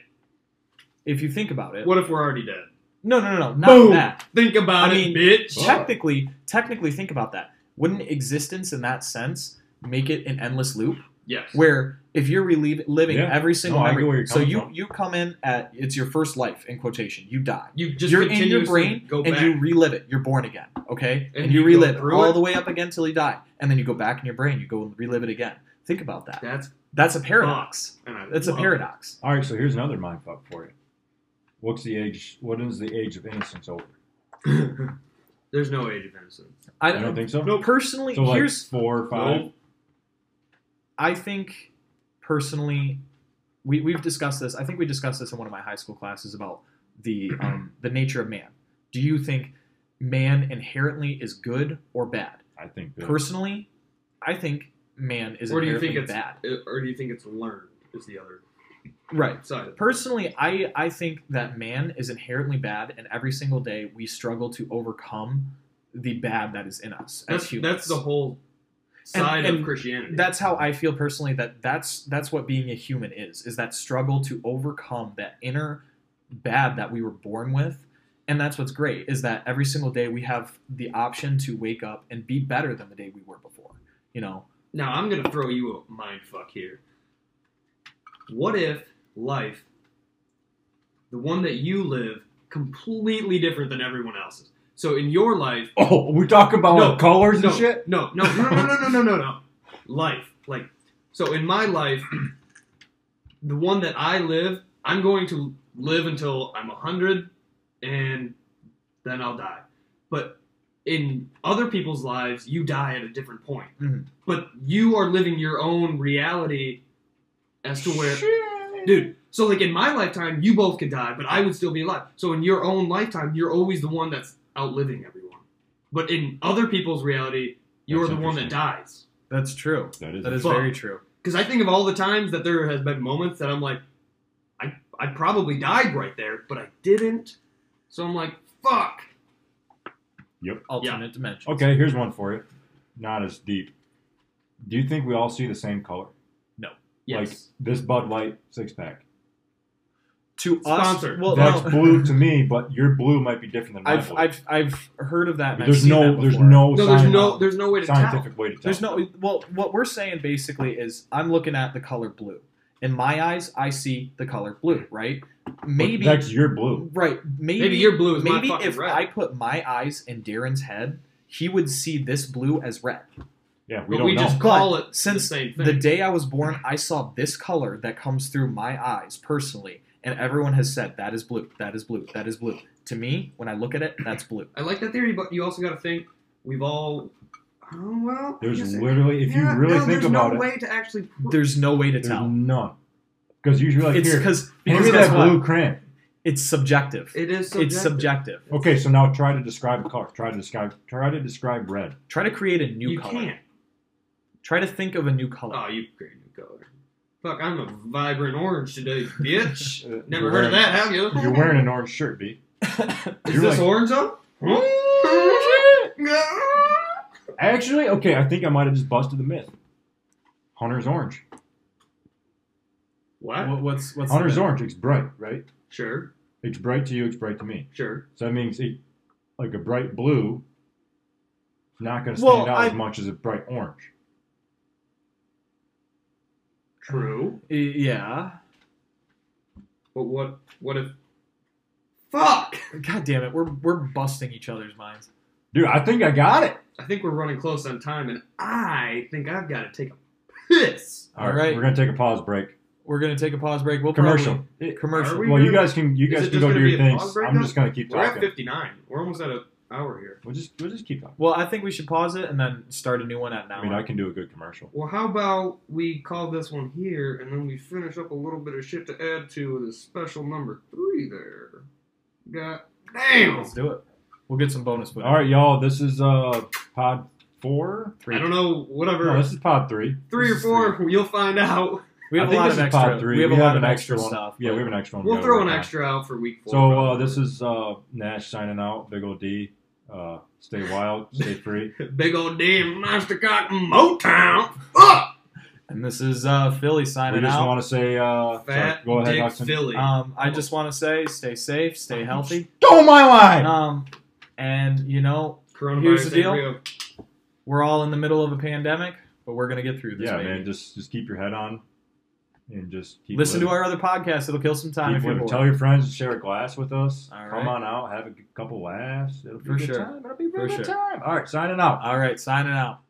C: If you think about it,
D: What if we're already dead?
C: no, no, no, no, not
D: Boom!
C: that.
D: Think about
C: I
D: it,
C: mean-
D: bitch.
A: Fuck.
C: Technically, technically, think about that. Wouldn't existence in that sense make it an endless loop?
D: Yes.
C: where if you're reliving living
A: Yeah.
C: every single
A: No, I get
C: memory,
A: where you're
C: so
A: coming
C: you
A: from.
C: you come in at it's your first life in quotation, you die,
D: you just
C: you're in your
D: continuously
C: brain
D: go
C: and
D: back.
C: you relive it. You're born again, okay, and,
D: And
C: you,
D: you go
C: relive it
D: through
C: all
D: it?
C: the way up again till you die, and then you go back in your brain, you go and relive it again. Think about that.
D: That's
C: That's a paradox.
D: and I
C: That's a
D: love
C: paradox.
A: All right, so here's another mind fuck for you. What's the age? What is the age of innocence over?
D: it. There's no age of innocence.
C: I
A: I don't think so.
C: No, personally,
A: So like
C: here's
A: four or five.
D: Nope.
C: I think personally, we, we've discussed this. I think we discussed this in one of my high school classes about the um, the nature of man. Do you think man inherently is good or bad?
A: I think. that-
C: Personally, I think man is
D: Or do you
C: inherently
D: think it's
C: bad.
D: or do you think it's learned? Is the other
C: Right.
D: side of it.
C: Personally, I, I think that man is inherently bad, and every single day we struggle to overcome the bad that is in us as
D: That's
C: humans.
D: that's the whole
C: And-
D: side
C: and
D: of Christianity.
C: that's how I feel personally that that's that's what being a human is is that struggle to overcome that inner bad that we were born with and that's what's great is that every single day we have the option to wake up and be better than the day we were before you know
D: Now I'm gonna throw you a mind fuck here. What if life, the one that you live, completely different than everyone else's? So in your life,
A: Oh, we talking about
D: No,
A: colors
D: no,
A: and shit.
D: no, no, no, no, no, no, no, no, no. Life, like, so in my life, the one that I live, I'm going to live until I'm hundred, and then I'll die. But in other people's lives, you die at a different point.
A: Mm-hmm.
C: Mhm.
D: But you are living your own reality as to where dude. So like in my lifetime, you both could die, but I would still be alive. So in your own lifetime, you're always the one that's outliving everyone. But in other people's reality, you're
A: That's
D: the one that dies.
C: that's true
A: That is.
C: that is
D: Fuck.
C: very true
D: Because I think of all the times that there has been moments that I'm like, I I probably died right there, but I didn't. So I'm like, fuck.
C: alternate dimension
A: okay, here's one for you. Not as deep. Do you think we all see the same color?
D: Yes.
A: Like this Bud Light six pack.
C: to
D: Sponsor.
C: us well
A: That's
C: no,
A: blue to me, but your blue might be different than my
C: I've,
A: blue.
C: I've I've heard of that and I've
A: there's
C: seen
A: no,
C: that
A: there's
C: before.
A: no,
D: no, there's
A: science-
D: no there's no way to tell.
A: scientific way to tell.
C: There's no well. What we're saying basically is, I'm looking at the color blue. In my eyes, I see the color blue. Right?
A: But
C: Maybe.
A: that's your blue.
C: right. Maybe.
D: Maybe your blue is my
C: maybe
D: fucking
C: if
D: red.
C: I put my eyes in Darren's head, he would see this blue as red.
A: Yeah, we
D: but
A: don't
D: we
A: know.
D: just call it
C: since
D: the same thing.
C: The day I was born, I saw this color that comes through my eyes personally, and everyone has said that is blue. That is blue. That is blue. To me, when I look at it, that's blue.
D: I like that theory, but you also got to think we've all. Oh, well, I
A: There's
D: guess it-
A: literally, if
D: Yeah,
A: you really
D: no,
A: think
D: there's
A: about
D: no
A: it,
D: way to actually. pro-
C: There's no way to
A: there's
C: tell.
A: none. Because usually, like,
C: It's
A: here,
C: cause,
A: hand
C: because
A: me
C: guess
A: that
C: what?
A: blue crayon.
C: It's subjective.
D: It is.
C: It's subjective.
A: Okay, so now try to describe a color. Try to describe. Try to describe red.
C: Try to create a new
D: you
C: color.
D: can't.
C: Try to think of a new color.
D: Oh, you create a new color. Fuck, I'm a vibrant orange today, bitch.
A: Uh,
D: Never
A: you're
D: heard
A: wearing-
D: of that, have you?
A: You're wearing an orange shirt, B.
D: Is
A: you're
D: this
A: like-
D: orange though?
A: Actually, okay, I think I might have just busted the myth. Hunter's orange.
D: what?
C: What- what's what's
A: Hunter's
C: the-
A: orange. It's bright, right?
D: Sure,
A: It's bright to you. It's bright to me.
D: sure.
A: So that means it, like a bright blue. is Not going to stand
C: Well,
A: out
C: I-
A: as much as a bright orange.
D: True.
C: Y- Yeah.
D: But what? What if? Fuck!
C: God damn it, we're we're busting each other's minds.
A: Dude, I think I got it.
D: I think we're running close on time, and I think I've got to take a piss.
C: All right.
A: we're gonna take a pause break.
C: We're gonna take a pause break. We'll
A: Commercial.
C: probably- commercial.
D: Are we
A: well, you
D: gonna-
A: guys can you
D: Is
A: guys
D: it
A: can
D: just
A: go do
D: gonna
A: your
D: be a pause
A: things.
D: break
A: I'm
D: now?
A: just gonna keep
D: We're at
A: talking.
D: 59. We're almost at an hour here.
A: We'll just we'll just keep talking.
C: Well, I think we should pause it and then start a new one at now.
A: I mean, I can do a good commercial.
D: Well, how about we call this one here and then we finish up a little bit of shit to add to with a special number three there? God damn.
C: Let's do it. We'll get some bonus footage.
A: All right, y'all. This is uh pod four.
D: I don't know, whatever,
A: No, this is pod three. Oh,
D: three or
C: this is three.
D: four, you'll find out.
C: We
A: I
C: have a
A: think
C: lot
A: this
C: of
A: is
C: extra.
A: pod three.
C: We have a lot of
A: an
C: extra,
A: one.
C: stuff.
A: Yeah,
C: but
A: we have an extra one.
D: We'll
A: going
D: throw
A: right
D: an
A: now.
D: extra out for week four.
A: So uh,
D: probably.
A: this is uh, Nash signing out. Big old D. Uh, stay wild, stay free.
D: Big old damn Mastercock Motown.
A: Uh,
D: Fuck!
C: And this is uh, Philly
A: we
C: signing
A: just
C: out.
A: want to say, uh, sorry,
D: Fat
A: go ahead,
D: Dick
A: Austin.
D: Philly.
C: Um, I just want to say, stay safe, stay healthy.
A: Don't my line.
C: Um, and you know,
D: Coronavirus
C: here's the
D: ain't
C: deal.
D: real.
C: we're all in the middle of a pandemic, but we're gonna get through this.
A: yeah,
C: baby.
A: man. Just just keep your head on, and just keep
C: Listen
A: living.
C: to our other podcasts; it'll kill some time
A: Keep
C: if you're
A: living.
C: bored.
A: Tell your friends to share a glass with us.
C: All
A: Come
C: right.
A: on out, have a couple laughs. It'll be
C: For
A: a good
C: sure.
A: time. It'll be a real
C: For
A: good
C: sure.
A: time. All right, signing out.
C: all right, signing out.